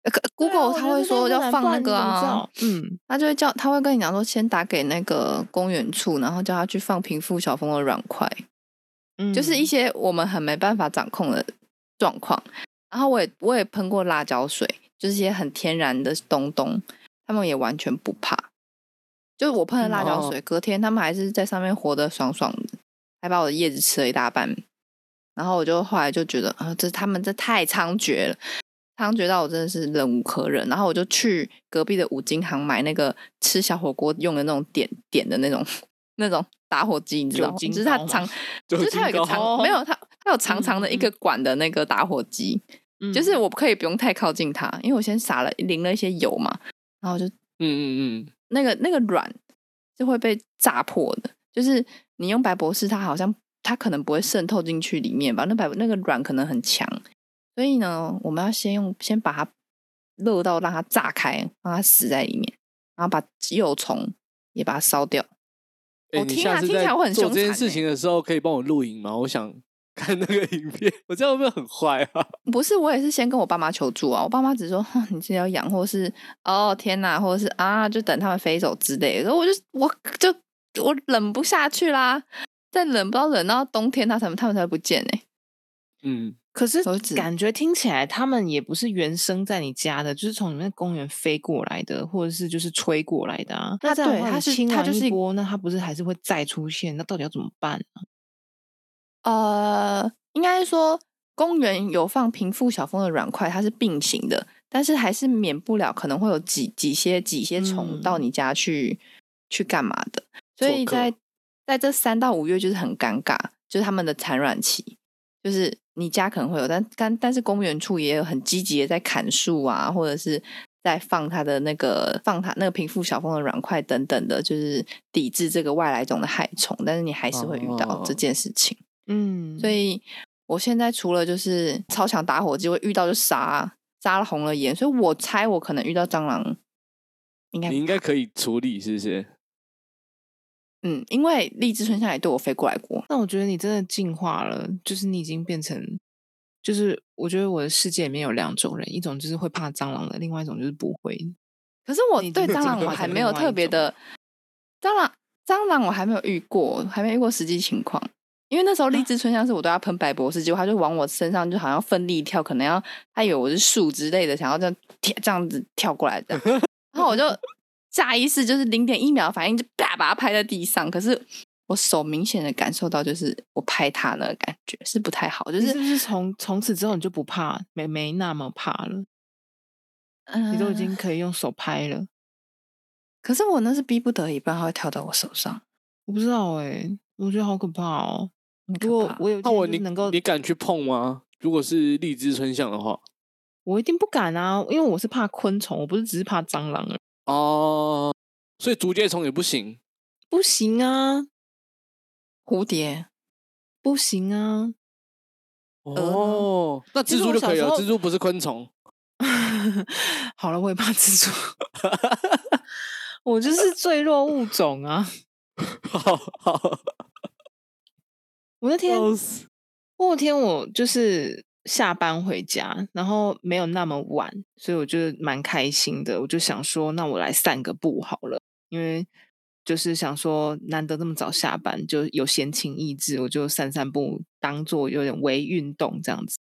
Speaker 2: 呃可
Speaker 3: 对啊
Speaker 2: Google
Speaker 3: 我
Speaker 2: 它
Speaker 3: 觉得
Speaker 2: 会
Speaker 3: 这
Speaker 2: 说
Speaker 3: 很
Speaker 2: 要
Speaker 3: 难
Speaker 2: 放
Speaker 3: 不
Speaker 2: 那
Speaker 3: 然你
Speaker 2: 个
Speaker 3: 怎么
Speaker 2: 啊
Speaker 3: 知道，嗯，
Speaker 2: 他就会叫，他会跟你讲说，先打给那个公园处，然后叫他去放平复小蜂的软块，
Speaker 3: 嗯
Speaker 2: 就是一些我们很没办法掌控的状况。然后我也我也喷过辣椒水，就是一些很天然的东东，他们也完全不怕。就是我喷了辣
Speaker 3: 嗯哦
Speaker 2: 椒水，隔天他们还是在上面活得爽爽的，还把我的叶子吃了一大半。然后我就后来就觉得，啊、这他们这太猖獗了，猖獗到我真的是忍无可忍。然后我就去隔壁的五金行买那个吃小火锅用的那种点点的那种 那种打火机，你知道吗？
Speaker 3: 酒精
Speaker 2: 就是它
Speaker 3: 膏吗
Speaker 2: 长，就是它有一
Speaker 1: 酒
Speaker 2: 个
Speaker 1: 精膏
Speaker 2: 长，没有它它有长长的一
Speaker 3: 嗯
Speaker 2: 个管的那个打火机，
Speaker 1: 嗯
Speaker 2: 就是我可以不用太靠近它，因为我先撒了淋了一些油嘛，然后我就
Speaker 1: 嗯嗯嗯，
Speaker 2: 那个那个卵就会被炸破的，就是你用白博士，它好像它可能不会渗透进去里面吧？那白那个卵可能很强，所以呢，我们要先用先把它热到让它炸开，让它死在里面，然后把幼虫也把它烧掉。
Speaker 1: 哎，
Speaker 2: 我
Speaker 1: 你
Speaker 2: 听
Speaker 1: 下
Speaker 2: 啊
Speaker 1: 次
Speaker 2: 听起
Speaker 1: 在
Speaker 2: 来我很
Speaker 1: 做
Speaker 2: 凶
Speaker 1: 这件
Speaker 2: 残
Speaker 1: 事
Speaker 2: 欸
Speaker 1: 情的时候，可以帮我录影吗？我想 看那个影片，我这样会不会很坏啊？
Speaker 2: 不是，我也是先跟我爸妈求助啊。我爸妈只说哼你自己要养，或是哦天哪，或者是啊，就等他们飞走之类的。我就我就我忍不下去啦，再忍不知道忍到冬天，他才他们才不见哎、
Speaker 1: 嗯，
Speaker 3: 可是
Speaker 2: 手指
Speaker 3: 感觉听起来他们也不是原生在你家的，就是从你们公园飞过来的，或者是就是吹过来的啊。那
Speaker 2: 它
Speaker 3: 这样的
Speaker 2: 对
Speaker 3: 话
Speaker 2: 它
Speaker 3: 你
Speaker 2: 是
Speaker 3: 清
Speaker 2: 它
Speaker 3: 完
Speaker 2: 就是
Speaker 3: 一
Speaker 2: 一
Speaker 3: 波，那它不是还是会再出现？那到底要怎么办？啊
Speaker 2: 呃，应该说公园有放平复小蜂的软块，它是并行的，但是还是免不了可能会有几几些几些虫
Speaker 3: 嗯
Speaker 2: 到你家去、去干嘛的。所
Speaker 1: 做
Speaker 2: 以
Speaker 1: 客
Speaker 2: 在在这三到五月就是很尴尬，就是他们的产卵期，就是你家可能会有，但但但是公园处也有很积极的在砍树啊，或者是在放它的那个放它那个平复小蜂的软块等等的，就是抵制这个外来种的害虫，但是你还是会遇到这
Speaker 1: 哦
Speaker 2: 件事情。
Speaker 3: 嗯，
Speaker 2: 所以我现在除了就是超强打火机，会遇到就杀，杀了红了眼，所以我猜我可能遇到蟑螂，应该
Speaker 1: 你应该可以处理，是不是？
Speaker 2: 嗯，因为荔枝春香也对我飞过来过，
Speaker 3: 那我觉得你真的进化了，就是你已经变成，就是我觉得我的世界里面有两种人，一种就是会怕蟑螂的，另外一种就是不会。
Speaker 2: 可是我
Speaker 3: 你已
Speaker 2: 对
Speaker 3: 经
Speaker 2: 蟑
Speaker 3: 进
Speaker 2: 螂我
Speaker 3: 化
Speaker 2: 还
Speaker 3: 成
Speaker 2: 没有
Speaker 3: 另外
Speaker 2: 特
Speaker 3: 一
Speaker 2: 别
Speaker 3: 种
Speaker 2: 的蟑螂，蟑螂我还没有遇过，还没遇过实际情况。因为那时候荔
Speaker 3: 啊
Speaker 2: 枝春香是我对它喷白博士，结果它就往我身上就好像奋力跳，可能要它以为我是树之类的，想要这样跳这样子跳过来 这样，然后我就下意识就是零点一秒的反应就啪把它拍在地上，可是我手明显的感受到就是我拍它那个感觉是不太好，就
Speaker 3: 你
Speaker 2: 是
Speaker 3: 是不是从从此之后你就不怕，没没那么怕了？你都已
Speaker 2: 嗯
Speaker 3: 经可以用手拍了。
Speaker 2: 可是我那是逼不得已，不然它会跳到我手上。
Speaker 3: 我不知道哎、我觉得好可怕哦。
Speaker 2: 很可
Speaker 3: 如果
Speaker 2: 怕
Speaker 3: 我有一
Speaker 1: 那
Speaker 3: 天
Speaker 1: 我
Speaker 3: 就
Speaker 1: 你
Speaker 3: 是能够
Speaker 1: 你敢去碰吗？如果是荔枝春象的话，
Speaker 3: 我一定不敢啊，因为我是怕昆虫，我不是只是怕蟑螂而已。
Speaker 1: 哦，所以竹节虫也不行。
Speaker 3: 不行啊，
Speaker 2: 蝴蝶，
Speaker 3: 不行啊！
Speaker 2: 呢
Speaker 1: 哦，那
Speaker 3: 其
Speaker 1: 蜘
Speaker 3: 实
Speaker 1: 蛛
Speaker 3: 我
Speaker 1: 就
Speaker 3: 小
Speaker 1: 可以
Speaker 3: 时
Speaker 1: 了，
Speaker 3: 候
Speaker 1: 蜘蛛不是昆虫。
Speaker 3: 好了，我也怕蜘 蛛，我就是最弱物种啊！
Speaker 1: 好好，
Speaker 3: 我那天
Speaker 1: 笑死
Speaker 3: 那天我就是下班回家，然后没有那么晚，所以我就蛮开心的。我就想说，那我来散个步好了，因为就是想说难得这么早下班，就有闲情逸致，我就散散步，当做有点微运动这样子。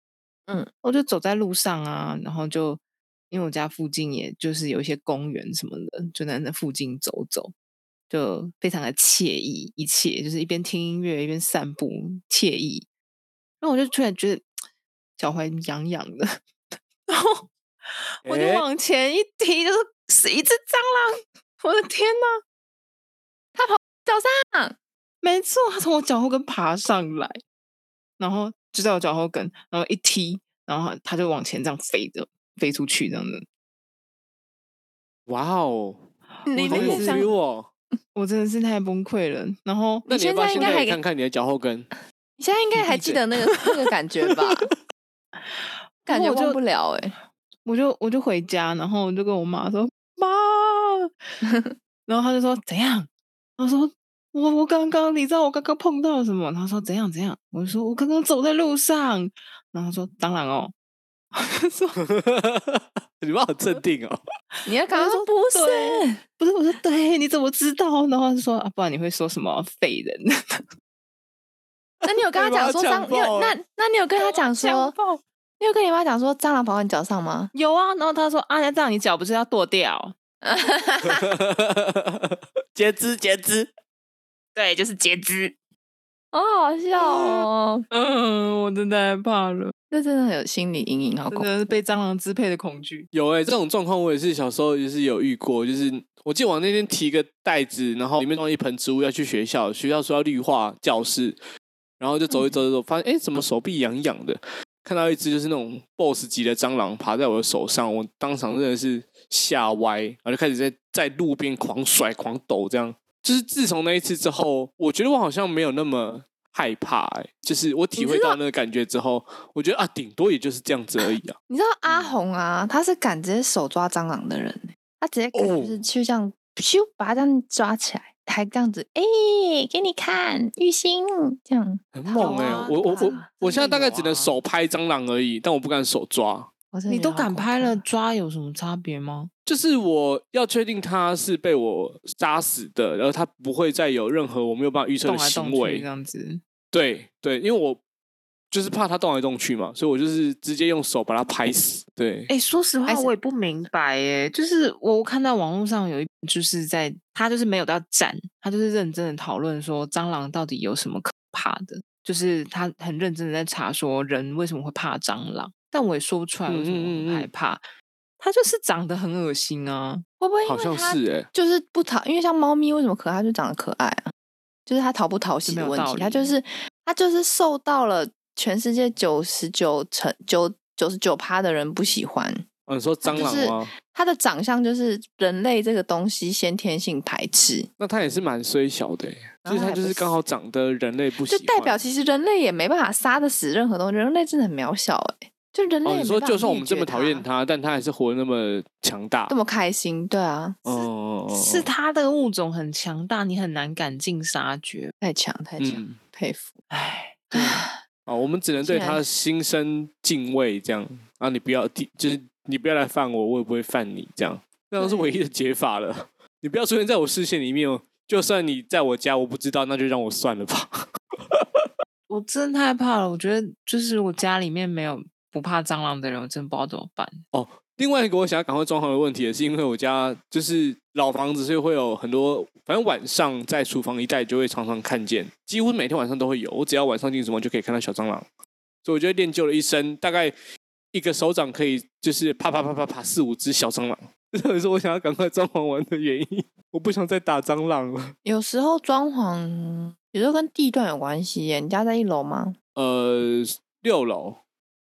Speaker 2: 嗯，
Speaker 3: 我就走在路上啊，然后就因为我家附近也就是有一些公园什么的，就在那附近走走，就非常的惬意，一切就是一边听音乐一边散步，惬意。然后我就突然觉得脚踝痒痒的， 然后我就
Speaker 1: 诶
Speaker 3: 往前一踢，就是是一只蟑螂！我的天呐！
Speaker 2: 早上
Speaker 3: 没错，它从我脚后跟爬上来，然后就在我脚后跟，然后一踢，然后它就往前这样飞着飞出去，这样子。
Speaker 1: 哇哦，
Speaker 3: 你
Speaker 1: 好
Speaker 3: 能
Speaker 1: 有
Speaker 3: 想象
Speaker 1: feel 哦！
Speaker 3: 我真的是太崩溃了。然后
Speaker 1: 那你要
Speaker 2: 现
Speaker 1: 不要
Speaker 2: 在
Speaker 1: 现
Speaker 2: 应该
Speaker 1: 在
Speaker 2: 还
Speaker 1: 也看看你的脚后跟？
Speaker 2: 你现在应该还
Speaker 1: 闭
Speaker 2: 记
Speaker 1: 嘴
Speaker 2: 得那 个那个感觉吧？感觉
Speaker 3: 我就
Speaker 2: 忘不了哎、
Speaker 3: 我就我就回家，然后我就跟我妈说：“ 妈。”然后她就说：“怎样？”我说：“我我刚刚，你知道我刚刚碰到了什么？”她说：“怎样怎样？”我就说：“我刚刚走在路上。”然后她说：“当然哦。”我就说
Speaker 1: 你妈好镇定哦！
Speaker 2: 你要刚刚说
Speaker 3: 说
Speaker 2: 不
Speaker 3: 对
Speaker 2: 是，
Speaker 3: 不是，我说对，你怎么知道？然后他就说啊，不然你会说什么废人？
Speaker 2: 那你有跟他
Speaker 1: 你把
Speaker 2: 讲
Speaker 1: 他
Speaker 2: 说
Speaker 1: 呛
Speaker 2: 蟑，你有
Speaker 1: 爆
Speaker 2: 那
Speaker 1: 了
Speaker 2: 那你有跟他讲说
Speaker 3: 强，暴
Speaker 2: 你有跟你妈讲说蟑螂跑到你脚上 吗？
Speaker 3: 有啊，然后他说啊，那这样你脚不是要剁掉？
Speaker 1: 截肢，截肢！
Speaker 4: 对，就是截肢。
Speaker 2: 好好 笑哦，
Speaker 3: 嗯，我真的害怕了，
Speaker 2: 这真的很有心理阴影，好恐
Speaker 3: 真
Speaker 2: 怖。
Speaker 3: 的是被蟑螂支配的恐惧。
Speaker 1: 有哎、这种状况我也是小时候就是有遇过，就是我记得我那天提一个袋子，然后里面装一盆植物要去学校，学校说要绿化教室，然后就
Speaker 2: 嗯
Speaker 1: 走一走走走，发现哎、诶怎么手臂痒痒的？看到一只就是那种 BOSS 级的蟑螂爬在我的手上，我当场真的是吓歪，然后就开始在在路边狂甩狂抖这样。就是自从那一次之后，我觉得我好像没有那么害怕、欸，就是我体
Speaker 2: 你
Speaker 1: 会
Speaker 2: 知道
Speaker 1: 到那个感觉之后，我觉得啊，顶多也就是这样子而已啊。
Speaker 2: 你知道
Speaker 3: 嗯
Speaker 2: 阿红啊，他是敢直接手抓蟑螂的人欸，他直接敢
Speaker 1: 哦
Speaker 2: 就是去这样咻把它这样抓起来，还这样子，哎、给你看玉心这样，
Speaker 1: 很猛哎、
Speaker 3: 啊
Speaker 1: 我我
Speaker 2: 哦真
Speaker 1: 我
Speaker 2: 的
Speaker 1: 我现在大概
Speaker 3: 有
Speaker 1: 只能
Speaker 3: 啊
Speaker 1: 手拍蟑螂而已，但我不敢手抓。
Speaker 2: 我真的
Speaker 3: 你
Speaker 2: 觉
Speaker 3: 都
Speaker 2: 得好
Speaker 3: 敢
Speaker 2: 恐
Speaker 3: 拍
Speaker 2: 怖
Speaker 3: 了，抓有什么差别吗？
Speaker 1: 就是我要确定它是被我杀死的，然后它不会再有任何我没有办法预测
Speaker 3: 动
Speaker 1: 的
Speaker 3: 来动
Speaker 1: 行
Speaker 3: 去
Speaker 1: 为
Speaker 3: 这。样子，
Speaker 1: 对对，因为我就是怕它动来动去嘛，所以我就是直接用手把它拍死。对，
Speaker 3: 哎、说实
Speaker 2: 还
Speaker 3: 话，
Speaker 2: 是
Speaker 3: 我也不明白哎、就是我看到网络上有一，就是在他就是没有到站，他就是认真的讨论说蟑螂到底有什么可怕的，就是他很认真的在查说人为什么会怕蟑螂，但我也说不出来为什么
Speaker 1: 嗯嗯嗯
Speaker 3: 我
Speaker 1: 嗯
Speaker 3: 害怕，它就是长得很恶心啊，
Speaker 2: 会不会
Speaker 1: 好
Speaker 2: 因
Speaker 1: 像
Speaker 2: 为它
Speaker 1: 是哎、
Speaker 2: 就是不讨，因为像猫咪为什么可爱，它就长得可爱啊，就是它讨不讨喜
Speaker 3: 没
Speaker 2: 的
Speaker 3: 有
Speaker 2: 问
Speaker 3: 道
Speaker 2: 题，它
Speaker 3: 理
Speaker 2: 就是它就是受到了全世界九十九成九九十九趴的人不喜欢，
Speaker 1: 哦你说蟑螂吗？
Speaker 2: 它的长相就是人类这个东西先天性排斥，
Speaker 1: 那它也是蛮衰小的、欸，就
Speaker 2: 然后
Speaker 1: 是它
Speaker 2: 还
Speaker 1: 就
Speaker 2: 不
Speaker 1: 是刚好长得人类不喜
Speaker 2: 就
Speaker 1: 欢。哦
Speaker 2: 代表其实人类也没办法杀得死任何东西，人类真的很渺小哎、就人类
Speaker 1: 哦，
Speaker 2: 也
Speaker 1: 你
Speaker 2: 没
Speaker 1: 说
Speaker 2: 办
Speaker 1: 就
Speaker 2: 法
Speaker 1: 算我
Speaker 2: 灭
Speaker 1: 们这
Speaker 2: 绝
Speaker 1: 么讨厌
Speaker 2: 它，
Speaker 1: 它，但它还是活得那么强大。
Speaker 2: 这么开心，对啊，
Speaker 1: 哦哦哦
Speaker 3: 是
Speaker 1: 哦
Speaker 3: 它的物种很强大，你很难赶尽杀绝，
Speaker 2: 太强太强，
Speaker 1: 嗯
Speaker 2: 佩服。
Speaker 3: 唉，
Speaker 1: 啊，我们只能对
Speaker 2: 竟然
Speaker 1: 他心生敬畏，这样啊，你不要，第就是你不要来犯我，我也不会犯你，这样，那样是唯一的解法了。 你不要出现在我视线里面哦，就算你在我家，我不知道，那就让我算了吧。
Speaker 3: 我真的太怕了，我觉得就是我家里面没有不怕蟑螂的人，我真不知道怎么办。
Speaker 1: 另外一个我想要赶快装潢的问题，也是因为我家就是老房子，所以会有很多，反正晚上在厨房一带就会常常看见，几乎每天晚上都会有。我只要晚上进厨房就可以看到小蟑螂，所以我就练就了一身大概一个手掌可以就是啪啪啪啪啪四五只小 蟑螂。这也是我想要赶快装潢完的原因，我不想再打蟑螂了。
Speaker 2: 有时候装潢有时候跟地段有关系耶，你家在一楼吗？
Speaker 1: 呃，六楼，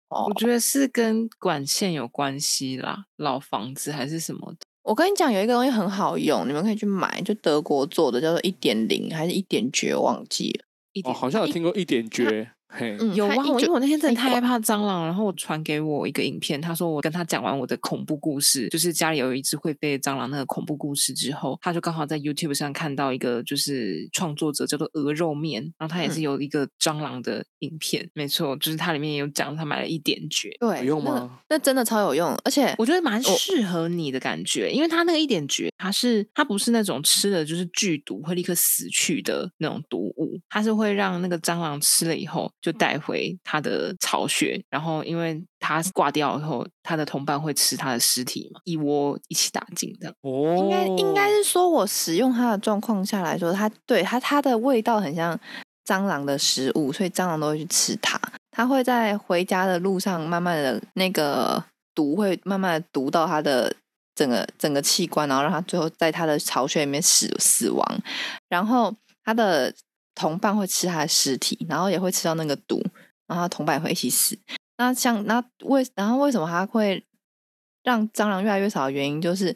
Speaker 2: 哦
Speaker 3: 我，觉得是跟管线有关系啦，老房子还是什么的。
Speaker 2: 我跟你讲，有一个东西很好用，你们可以去买，就德国做的，叫做一点零还是一点绝，忘记了。
Speaker 3: 一
Speaker 1: 哦，
Speaker 3: 点
Speaker 1: 好像有听过一点绝，嘿，
Speaker 2: 嗯
Speaker 3: 有
Speaker 2: 他
Speaker 3: 啊，
Speaker 2: 一
Speaker 3: 我因
Speaker 2: 九
Speaker 3: 为我那天真的
Speaker 2: 一
Speaker 3: 太
Speaker 2: 九
Speaker 3: 害怕蟑螂，然后我传给我一个影片，他说我跟他讲完我的恐怖故事，就是家里有一只会飞的蟑螂那个恐怖故事之后，他就刚好在 YouTube 上看到一个就是创作者叫做鹅肉面，然后
Speaker 2: 嗯
Speaker 3: 他也是有一个蟑螂的影片，没错，就是它里面也有讲他买了一点绝。
Speaker 2: 对，
Speaker 1: 有用
Speaker 2: 那个
Speaker 1: 吗？
Speaker 2: 那真的超有用，而且
Speaker 3: 我觉得蛮
Speaker 2: 我
Speaker 3: 适合你的感觉，因为它那个一点绝，它是它不是那种吃了就是剧毒会立刻死去的那种毒物，它是会让那个蟑螂吃了以后就带回它的巢穴，然后因为它挂掉以后，它的同伴会吃它的尸体嘛，一窝一起打进的。
Speaker 1: 哦，
Speaker 2: 应该应该是说，我使用它的状况下来说，它对它它的味道很像蟑螂的食物，所以蟑螂都会去吃它。它会在回家的路上，慢慢的那个毒会慢慢的毒到它的整个整个器官，然后让它最后在它的巢穴里面死死亡。然后它的同伴会吃它的尸体，然后也会吃到那个毒，然后它同伴也会一起死。那像那为然后为什么它会让蟑螂越来越少的原因，就是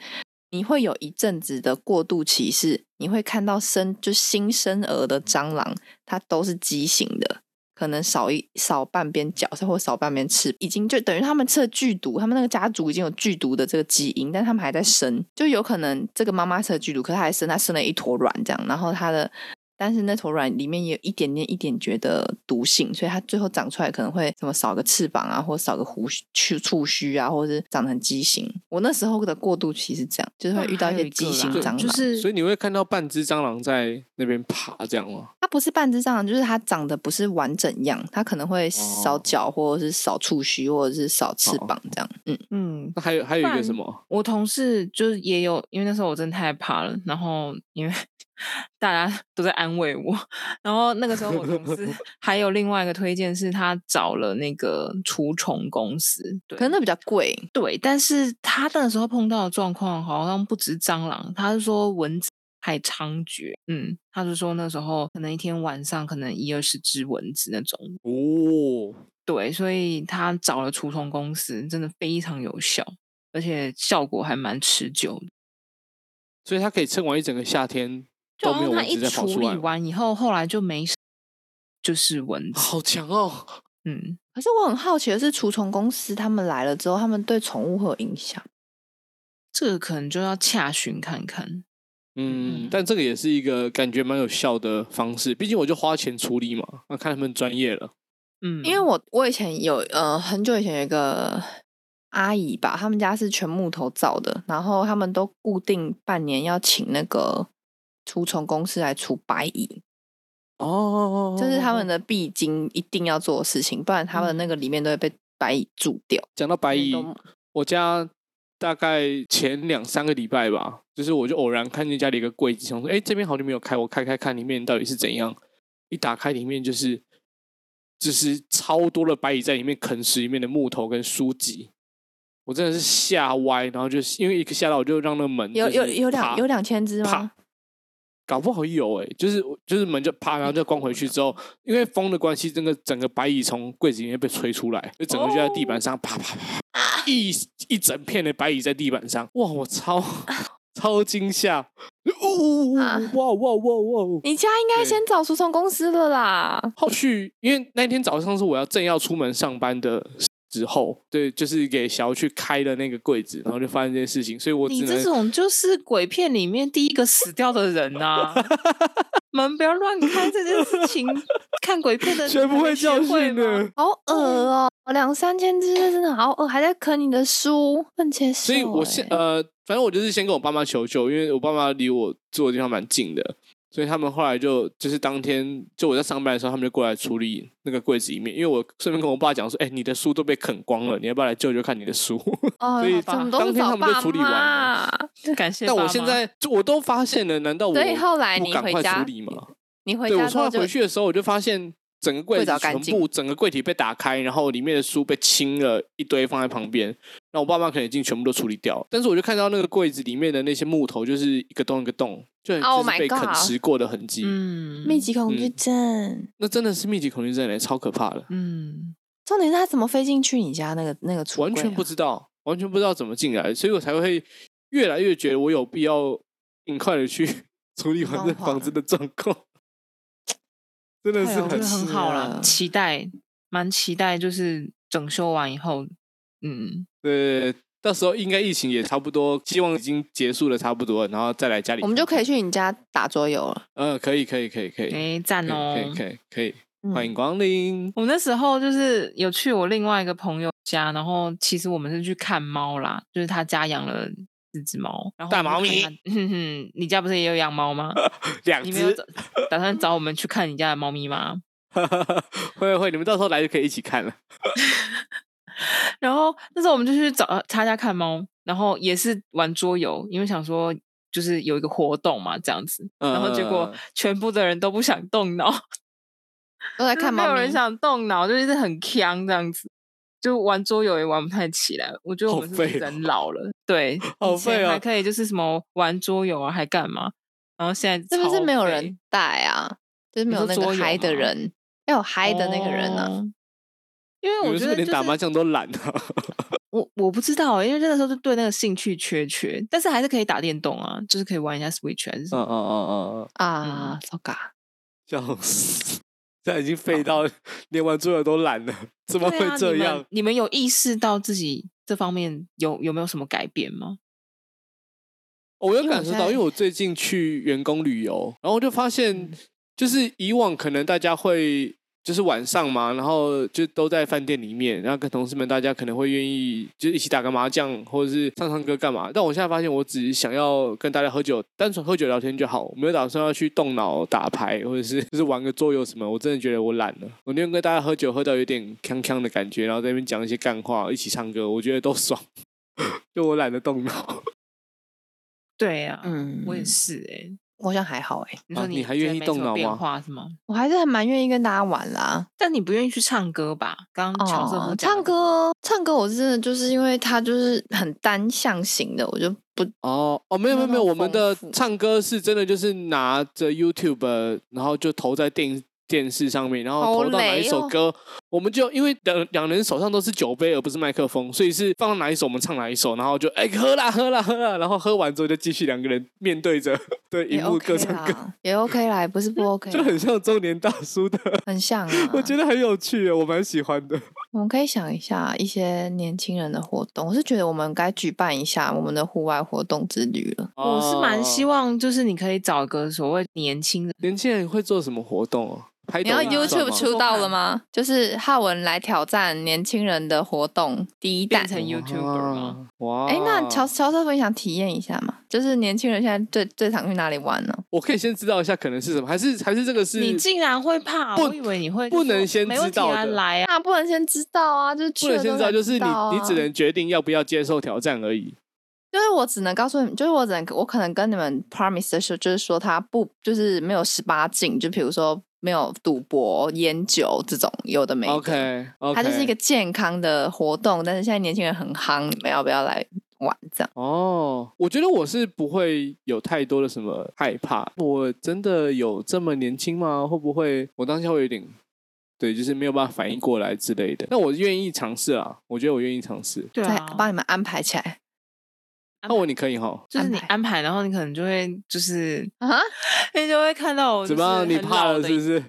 Speaker 2: 你会有一阵子的过渡期，是你会看到生就新生儿的蟑螂，它都是畸形的，可能少一少半边脚，或少半边翅，已经就等于他们吃了剧毒，他们那个家族已经有剧毒的这个基因，但他们还在生，就有可能这个妈妈吃了剧毒，可是她还生，她生了一坨卵这样，然后她的。但是那坨卵里面也有一点点、一点觉得毒性，所以它最后长出来可能会什么少个翅膀啊，或少个胡须、触触须啊，或者是长得很畸形。我那时候的过渡期是这样，就是会
Speaker 3: 那
Speaker 2: 遇到
Speaker 3: 啊还
Speaker 2: 一些
Speaker 3: 有个
Speaker 2: 畸
Speaker 3: 啦
Speaker 2: 形
Speaker 1: 对
Speaker 2: 蟑螂，
Speaker 3: 就是
Speaker 1: 所以你会看到半只蟑螂在那边爬，这样吗？
Speaker 2: 它不是半只蟑螂，就是它长得不是完整样，它可能会少
Speaker 1: 哦
Speaker 2: 脚，或者是少触须，或者是少翅膀这样。嗯，
Speaker 3: 嗯，
Speaker 1: 那还有还有一
Speaker 3: 不
Speaker 1: 个
Speaker 3: 然
Speaker 1: 什么？
Speaker 3: 我同事就是也有，因为那时候我真的太害怕了，然后因为 大家都在安慰我，然后那个时候我同 事还有另外一个推荐是他找了那个除虫公司，对
Speaker 2: 可能那比较贵。
Speaker 3: 对，但是他那时候碰到的状况好像不只是蟑螂，他是说蚊子还猖獗，嗯，他是说那时候可能一天晚上可能一二十只蚊子那种，
Speaker 1: 哦，
Speaker 3: 对，所以他找了除虫公司，真的非常有效，而且效果还蛮持久的。
Speaker 1: 所以它可以撑完一整个夏天
Speaker 3: 就
Speaker 1: 都
Speaker 3: 好
Speaker 1: 没有
Speaker 3: 像他
Speaker 1: 蚊
Speaker 3: 一
Speaker 1: 子再跑
Speaker 3: 处
Speaker 1: 出
Speaker 3: 理
Speaker 1: 来吗，
Speaker 3: 完以后，后来就没事，就是蚊子。
Speaker 1: 好强哦！
Speaker 3: 嗯，
Speaker 2: 可是我很好奇的是，除虫公司他们来了之后，他们对宠物会有影响？
Speaker 3: 这个可能就要洽询看看。
Speaker 1: 嗯
Speaker 3: 嗯，
Speaker 1: 但这个也是一个感觉蛮有效的方式，毕竟我就花钱处理嘛，那看他们专业了。
Speaker 3: 嗯，
Speaker 2: 因为我我以前有呃很久以前有一个阿姨吧，他们家是全木头造的，然后他们都固定半年要请那个除虫公司来除白蚁，
Speaker 1: 哦
Speaker 2: 这是他们的必经一定要做的事情，不然他们那个里面都会被白蚁蛀掉。
Speaker 1: 讲到白蚁
Speaker 2: 所以，都
Speaker 1: 我家大概前两三个礼拜吧，就是我就偶然看见家里一个柜子，想说，哎、这边好久没有开，我开开看里面到底是怎样。一打开，里面就是就是超多的白蚁在里面啃食里面的木头跟书籍，我真的是吓歪，然后就是因为一个吓到，我就让那个门
Speaker 2: 有
Speaker 1: 就
Speaker 2: 有
Speaker 1: 是
Speaker 2: 有两
Speaker 1: 啪
Speaker 2: 有两千只吗
Speaker 1: 啪？搞不好有哎、就是就是门就啪，然后就关回去之后，因为风的关系，整个整个白蚁从柜子里面被吹出来，就整个就在地板上啪啪啪
Speaker 3: 啊
Speaker 1: 啪，一一整片的白蚁在地板上，哇，我超
Speaker 3: 啊
Speaker 1: 超惊吓，呜哇
Speaker 2: 啊
Speaker 1: 哇哇哇！
Speaker 2: 你家应该
Speaker 1: 对
Speaker 2: 先找除虫公司的啦。
Speaker 1: 后续因为那天早上是我要正要出门上班的时候，对，就是给小去开了那个柜子，然后就发生这件事情，所以我只
Speaker 3: 你
Speaker 1: 能
Speaker 3: 这种就是鬼片里面第一个死掉的人 呐、门不要乱开这件事情，看鬼片的
Speaker 1: 学
Speaker 3: 人
Speaker 1: 不会教
Speaker 3: 会
Speaker 1: 训 的。
Speaker 2: 好恶哦、两三千只真的好恶，还在啃你的书，笨切欸
Speaker 1: 所以我现呃，反正我就是先跟我爸妈求救，因为我爸妈离我住的地方蛮近的，所以他们后来就就是当天就我在上班的时候，他们就过来处理那个柜子里面，因为我顺便跟我爸讲说，哎、你的书都被啃光了，你要不要来救救看你的书？
Speaker 2: 哦，
Speaker 1: 所以
Speaker 2: 怎么
Speaker 1: 当
Speaker 2: 都是
Speaker 1: 天
Speaker 2: 找
Speaker 1: 他们就
Speaker 2: 爸
Speaker 1: 处理完
Speaker 2: 妈
Speaker 1: 了。
Speaker 3: 感谢爸
Speaker 1: 但
Speaker 3: 妈。
Speaker 1: 我现在就我都发现了，难道我
Speaker 2: 所以后来
Speaker 1: 不
Speaker 2: 你
Speaker 1: 赶
Speaker 2: 回
Speaker 1: 快
Speaker 2: 家
Speaker 1: 处理吗？
Speaker 2: 你回
Speaker 1: 对我
Speaker 2: 家之
Speaker 1: 后
Speaker 2: 后
Speaker 1: 来
Speaker 2: 就
Speaker 1: 回去的时候，我就发现整个柜
Speaker 2: 柜子
Speaker 1: 子
Speaker 2: 好干
Speaker 1: 全
Speaker 2: 净
Speaker 1: 部整个柜体被打开，然后里面的书被清了一堆放在旁边。那我爸妈可能已经全部都处理掉了，但是我就看到那个柜子里面的那些木头，就是一个洞一个洞，就很、
Speaker 2: Oh
Speaker 1: 就是
Speaker 2: my
Speaker 1: 被啃
Speaker 2: God
Speaker 1: 食过的痕迹。
Speaker 3: 嗯
Speaker 2: 密集恐惧
Speaker 1: 嗯
Speaker 2: 症。
Speaker 1: 那真的是密集恐惧症嘞，超可怕的，
Speaker 3: 嗯，
Speaker 2: 重点是它怎么飞进去你家那个那个橱柜啊、
Speaker 1: 完全不知道，完全不知道怎么进来，所以我才会越来越觉得我有必要尽快的去 处理完这
Speaker 2: 装潢
Speaker 1: 房子的状况。 真的
Speaker 3: 哎
Speaker 1: 是
Speaker 3: 呦我觉
Speaker 1: 很
Speaker 3: 得很
Speaker 2: 是
Speaker 3: 好
Speaker 2: 啊
Speaker 3: 了，期待，蛮期待，就是整修完以后，嗯，
Speaker 1: 对，到时候应该疫情也差不多，希望已经结束了差不多了，然后再来家里看看。
Speaker 2: 我们就可以去你家打桌游了。
Speaker 1: 嗯，可以，可以，可以，可以，
Speaker 3: 哎，赞哦
Speaker 1: 可以，可以，！可以，可以，
Speaker 2: 嗯
Speaker 1: 欢迎光临。
Speaker 3: 我那时候就是有去我另外一个朋友家，然后其实我们是去看猫啦，就是他家养了四只猫，然后
Speaker 1: 大
Speaker 3: 我们就
Speaker 1: 猫
Speaker 3: 看他。哼哼，你家不是也有养猫吗？
Speaker 1: 两
Speaker 3: 你没有
Speaker 1: 只
Speaker 3: 找，打算找我们去看你家的猫咪吗？
Speaker 1: 会会会，你们到时候来就可以一起看了。
Speaker 3: 然后那时候我们就去找呃他家看猫，然后也是玩桌游，因为想说就是有一个活动嘛，这样子。然后结果
Speaker 1: 嗯
Speaker 3: 全部的人都不想动脑，
Speaker 2: 都在
Speaker 3: 就是
Speaker 2: 看
Speaker 3: 没
Speaker 2: 猫
Speaker 3: 有
Speaker 2: 咪
Speaker 3: 人。想动脑，就是很僵这样子。就玩桌游也玩不太起来，我觉得我
Speaker 1: 好
Speaker 3: 们是不是
Speaker 1: 废哦
Speaker 3: 人老了， 对，
Speaker 1: 好
Speaker 3: 以前
Speaker 1: 废
Speaker 3: 还
Speaker 1: 哦
Speaker 3: 可以就是什么玩桌游啊，还干嘛？然后现在
Speaker 2: 是不是
Speaker 3: 超
Speaker 2: 没有
Speaker 3: 废
Speaker 2: 人带啊？就是
Speaker 3: 你
Speaker 2: 没有
Speaker 3: 说
Speaker 2: 那个
Speaker 3: 桌游
Speaker 2: 嗨的
Speaker 3: 吗
Speaker 2: 人，要有嗨的那个人啊呢、
Speaker 3: 哦因为
Speaker 1: 你
Speaker 3: 我
Speaker 1: 们
Speaker 3: 觉
Speaker 1: 是不是
Speaker 3: 得
Speaker 1: 连
Speaker 3: 就
Speaker 1: 打
Speaker 3: 是
Speaker 1: 麻将都懒啊？
Speaker 3: 我我不知道欸，因为那个时候就对那个兴趣缺缺，但是还是可以打电动啊，就是可以玩一下 Switch 还是什
Speaker 1: 嗯
Speaker 3: 么。
Speaker 1: 嗯嗯嗯嗯，
Speaker 2: 啊，糟糕！
Speaker 1: 笑死！现在已经废到 连玩桌游都懒了，怎么
Speaker 3: 对
Speaker 1: 会
Speaker 3: 啊
Speaker 1: 这
Speaker 3: 你们
Speaker 1: 样？
Speaker 3: 你们有意识到自己这方面有有没有什么改变吗？
Speaker 1: 哦我有
Speaker 3: 因为
Speaker 1: 感
Speaker 3: 我
Speaker 1: 受
Speaker 3: 现
Speaker 1: 到，
Speaker 3: 在嗯
Speaker 1: 因为我最近去员工旅游，然后我就发现，就是以往可能大家会就是晚上嘛，然后就都在饭店里面，然后跟同事们大家可能会愿意就一起打个麻将，或者是唱唱歌干嘛。但我现在发现，我只是想要跟大家喝酒，单纯喝酒聊天就好，我没有打算要去动脑打牌，或者是就是玩个桌游什么。我真的觉得我懒了，我宁愿跟大家喝酒，喝到有点锵锵的感觉，然后在那边讲一些干话，一起唱歌，我觉得都爽。 就我懒得动脑。
Speaker 3: 对呀、
Speaker 2: 嗯
Speaker 3: 我也，是哎、
Speaker 2: 我好像还好哎、
Speaker 3: 你
Speaker 1: 啊
Speaker 3: 说
Speaker 1: 你还
Speaker 3: 觉
Speaker 1: 愿
Speaker 3: 得
Speaker 1: 意
Speaker 3: 没什
Speaker 1: 动
Speaker 3: 么
Speaker 1: 脑
Speaker 3: 变
Speaker 1: 吗
Speaker 3: 化是吗？
Speaker 2: 我还是还蛮愿意跟大家玩啦。
Speaker 3: 但你不愿意去唱歌吧？刚
Speaker 1: 嗯
Speaker 3: 刚乔瑟夫
Speaker 2: 哦，
Speaker 3: 讲
Speaker 2: 唱
Speaker 3: 的那个
Speaker 2: 歌，唱歌，我真的就是因为它就是很单向型的，我就 不
Speaker 1: 哦哦，没有没有
Speaker 2: 那
Speaker 1: 没有，
Speaker 2: 么
Speaker 1: 我们
Speaker 2: 丰
Speaker 1: 的
Speaker 2: 富
Speaker 1: 唱歌是真的就是拿着 YouTube，然后就投在电电视上面，然后
Speaker 2: 好
Speaker 1: 投到哪一
Speaker 2: 累
Speaker 1: 首
Speaker 2: 哦
Speaker 1: 歌，我们就因为两两人手上都是酒杯而不是麦克风，所以是放到哪一首我们唱哪一首，然后就哎、喝啦喝啦喝啦，然后喝完之后就继续两个人面对着对
Speaker 2: 也
Speaker 1: 荧幕
Speaker 2: OK
Speaker 1: 各唱歌，
Speaker 2: 啦，也 OK 啦，也不是不 OK，
Speaker 1: 就
Speaker 2: 啦
Speaker 1: 很像中年大叔的，
Speaker 2: 很像啊。
Speaker 1: 我觉
Speaker 2: 得
Speaker 1: 得很有趣耶，我蛮喜欢的。
Speaker 2: 我们可以想一下一些年轻人的活动，我是觉得我们该举办一下我们的户外活动之旅了。
Speaker 3: 我是蛮希
Speaker 1: 望
Speaker 3: 望，就是你可以找一个所谓年轻人，
Speaker 1: 哦年轻人会做什么活动哦。拍
Speaker 2: 你要
Speaker 1: 抖音算
Speaker 2: YouTube
Speaker 1: 吗
Speaker 2: 出道了吗？就是浩文来挑战年轻人的活动第一弹
Speaker 3: 变。成 YouTuber 啊吗？
Speaker 1: 哇！
Speaker 2: 哎，那乔乔瑟夫，你想体验一下吗？就是年轻人现在最最常去哪里玩呢？
Speaker 1: 我可以先知道一下可能是什么，还是还是这个是
Speaker 3: 你竟然会怕？
Speaker 1: 不
Speaker 3: 我以为你会
Speaker 1: 不
Speaker 3: 就说
Speaker 1: 能先
Speaker 3: 没问
Speaker 1: 知道
Speaker 3: 题啊
Speaker 1: 的
Speaker 3: 来啊，
Speaker 2: 那不能先知道啊，就是去
Speaker 1: 不能
Speaker 2: 了
Speaker 1: 先
Speaker 2: 都
Speaker 1: 知道，
Speaker 2: 才
Speaker 1: 就是你、
Speaker 2: 道
Speaker 1: 你
Speaker 2: 啊
Speaker 1: 只能决定要不要接受挑战而已。
Speaker 2: 就是我只能告诉你，就是我只能我可能跟你们 promise 的时候，就是说他不就是没有十八禁，就比如说没有赌博、烟酒这种有的没的。
Speaker 1: OK OK，
Speaker 2: 它就是一个健康的活动，但是现在年轻人很夯，你们要不要来玩？这样
Speaker 1: 哦，我觉得我是不会有太多的什么害怕。我真的有这么年轻吗？会不会我当下会有点对，就是没有办法反应过来之类的？那我愿意尝试啊，我觉得我愿意尝试。
Speaker 3: 对
Speaker 2: 再
Speaker 3: 啊，
Speaker 2: 帮你们安排起来
Speaker 1: 那我你可以哈。
Speaker 3: 就是你
Speaker 2: 安排
Speaker 3: 安排，然后你可能就会就是
Speaker 2: 啊？
Speaker 3: 你就会看到我
Speaker 1: 怎
Speaker 3: 就是
Speaker 1: 么样？你
Speaker 3: 很
Speaker 1: 怕
Speaker 3: 老
Speaker 1: 了
Speaker 3: 的
Speaker 1: 是不
Speaker 3: 一？
Speaker 1: 是？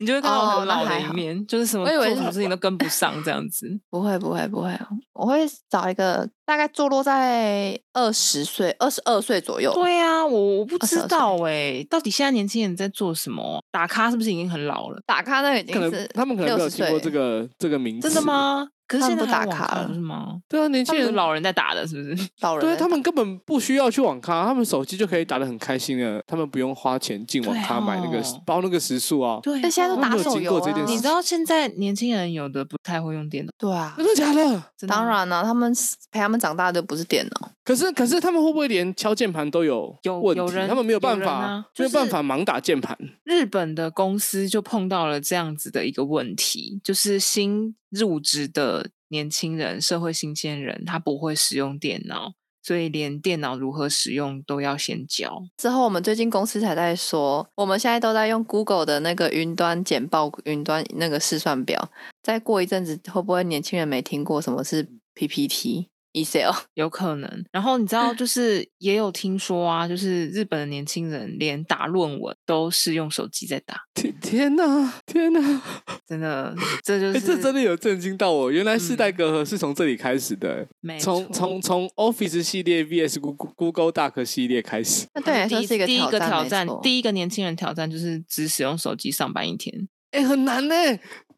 Speaker 3: 你就会看到我
Speaker 2: 哦
Speaker 3: 很
Speaker 2: 那
Speaker 3: 老的
Speaker 2: 还
Speaker 3: 一
Speaker 2: 好
Speaker 3: 面，就是什么
Speaker 2: 我以
Speaker 3: 做
Speaker 2: 为
Speaker 3: 什么事情都跟不上这
Speaker 2: 。
Speaker 3: 样子
Speaker 2: 不会不会不会，我会找一个大概坐落在二十岁、二十二岁左右。
Speaker 3: 对呀、啊，我我不
Speaker 2: 二十
Speaker 3: 知
Speaker 2: 二岁
Speaker 3: 道哎、到底现在年轻人在做什么？打卡是不是已经很老了？
Speaker 2: 打卡那个已
Speaker 1: 可
Speaker 2: 经
Speaker 1: 能
Speaker 2: 是
Speaker 1: 他们可能没有
Speaker 2: 60
Speaker 1: 听过
Speaker 2: 岁
Speaker 1: 这个这个名字。
Speaker 3: 真的？吗？可是
Speaker 2: 他
Speaker 3: 现
Speaker 2: 们
Speaker 3: 在
Speaker 2: 不
Speaker 3: 还
Speaker 2: 打
Speaker 3: 有网
Speaker 2: 卡
Speaker 3: 咖
Speaker 2: 了
Speaker 3: 是吗？
Speaker 1: 对啊，年
Speaker 3: 他
Speaker 1: 轻
Speaker 3: 们是
Speaker 1: 人
Speaker 3: 老人在打的，是不是？
Speaker 2: 老人
Speaker 1: 对
Speaker 2: 在
Speaker 1: 他们根本不需要去网咖，他们手机就可以打得很开心了，他们不用花钱进网咖
Speaker 3: 对哦
Speaker 1: 买那个、包那个时速啊。
Speaker 3: 对
Speaker 2: 但现在都
Speaker 1: 我
Speaker 2: 打
Speaker 1: 没有
Speaker 2: 手
Speaker 1: 经
Speaker 2: 游
Speaker 1: 过这
Speaker 2: 啊，
Speaker 1: 件
Speaker 3: 你
Speaker 1: 事
Speaker 3: 知道现在年轻人有的不太会用电脑，
Speaker 2: 对啊
Speaker 1: 真，的假的？
Speaker 3: 真的
Speaker 2: 当然了，他们是陪他们长大的不是电脑，
Speaker 1: 可是可是他们会不会连敲键盘都有
Speaker 3: 有
Speaker 1: 问题？
Speaker 3: 有人
Speaker 1: 他们没有办
Speaker 3: 有
Speaker 1: 法，
Speaker 3: 人啊
Speaker 1: 没有
Speaker 3: 就是
Speaker 1: 办法盲打键盘。
Speaker 3: 日本的公司就碰到了这样子的一个问题，就是新入职的年轻人、社会新鲜人，他不会使用电脑，所以连电脑如何使用都要先教。
Speaker 2: 之后，我们最近公司才在说，我们现在都在用 Google 的那个云端简报、云端那个试算表。再过一阵子，会不会年轻人没听过什么是 PPT？ Excel，
Speaker 3: 有可能。然后你 知道，就是也有听说啊，就是日本的年轻人连打论文都是用手机在打，
Speaker 1: 天天哪，天哪！
Speaker 3: 真的，这就
Speaker 1: 哎、
Speaker 3: 是、
Speaker 1: 这真的有震惊到我。原来世代
Speaker 3: 嗯
Speaker 1: 隔阂是从这里开始的、
Speaker 3: 没
Speaker 1: 从
Speaker 3: 错
Speaker 1: 从从 Office 系列 VS Google Google 大壳系列开始。
Speaker 2: 那对你来说
Speaker 3: 第
Speaker 2: 是一个
Speaker 3: 第一个
Speaker 2: 战，
Speaker 3: 挑
Speaker 2: 没
Speaker 3: 战
Speaker 2: 错，
Speaker 3: 第一个年轻人挑战就是只使用手机上班一天。
Speaker 1: 哎、很难呢、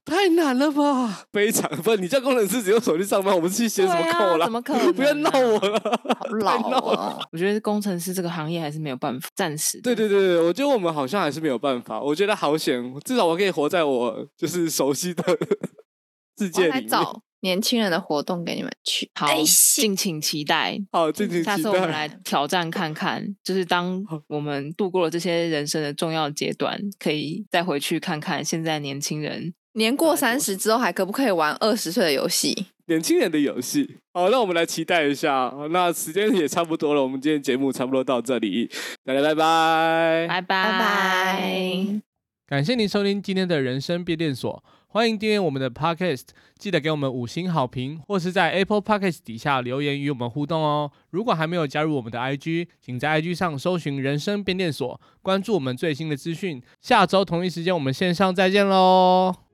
Speaker 1: 太难了吧？非常不，你叫工程师只用手机上班，我们去写什么
Speaker 3: 对啊
Speaker 1: 扣啦？
Speaker 3: 怎么可 能啊
Speaker 1: 不要闹我了，
Speaker 2: 好
Speaker 1: 太
Speaker 2: 老
Speaker 1: 闹了。
Speaker 2: 哦，
Speaker 3: 我觉得工程师这个行业还是没有办法，暂时
Speaker 1: 对对对对，我觉得我们好像还是没有办法。我觉得好险，至少我可以活在我就是熟悉的世
Speaker 2: 我
Speaker 1: 界
Speaker 2: 来
Speaker 1: 里面。
Speaker 2: 找年轻人的活动给你们去。
Speaker 3: 好，敬请期待。
Speaker 1: 好，敬请
Speaker 3: 嗯下
Speaker 1: 期
Speaker 3: 次我们来
Speaker 1: 待。
Speaker 3: 挑战看看，就是当我们度过了这些人生的重要阶段，可以再回去看看现在年轻人。
Speaker 2: 年
Speaker 3: 啊
Speaker 2: 过三十之后，还可不可以玩二十岁的游戏？
Speaker 1: 年轻人的游戏。好，那我们来期待一下。那时间也差不多了，我们今天节目差不多到这里，大家拜拜。
Speaker 3: 拜拜
Speaker 2: 拜拜。
Speaker 5: 感谢您收听今天的人生变电所，欢迎订阅我们的 Podcast，记得给我们五星好评，或是在 Apple Podcast 底下留言与我们互动哦。如果还没有加入我们的 IG，请在 IG 上搜寻“人生变电所”，关注我们最新的资讯。下周同一时间我们线上再见喽！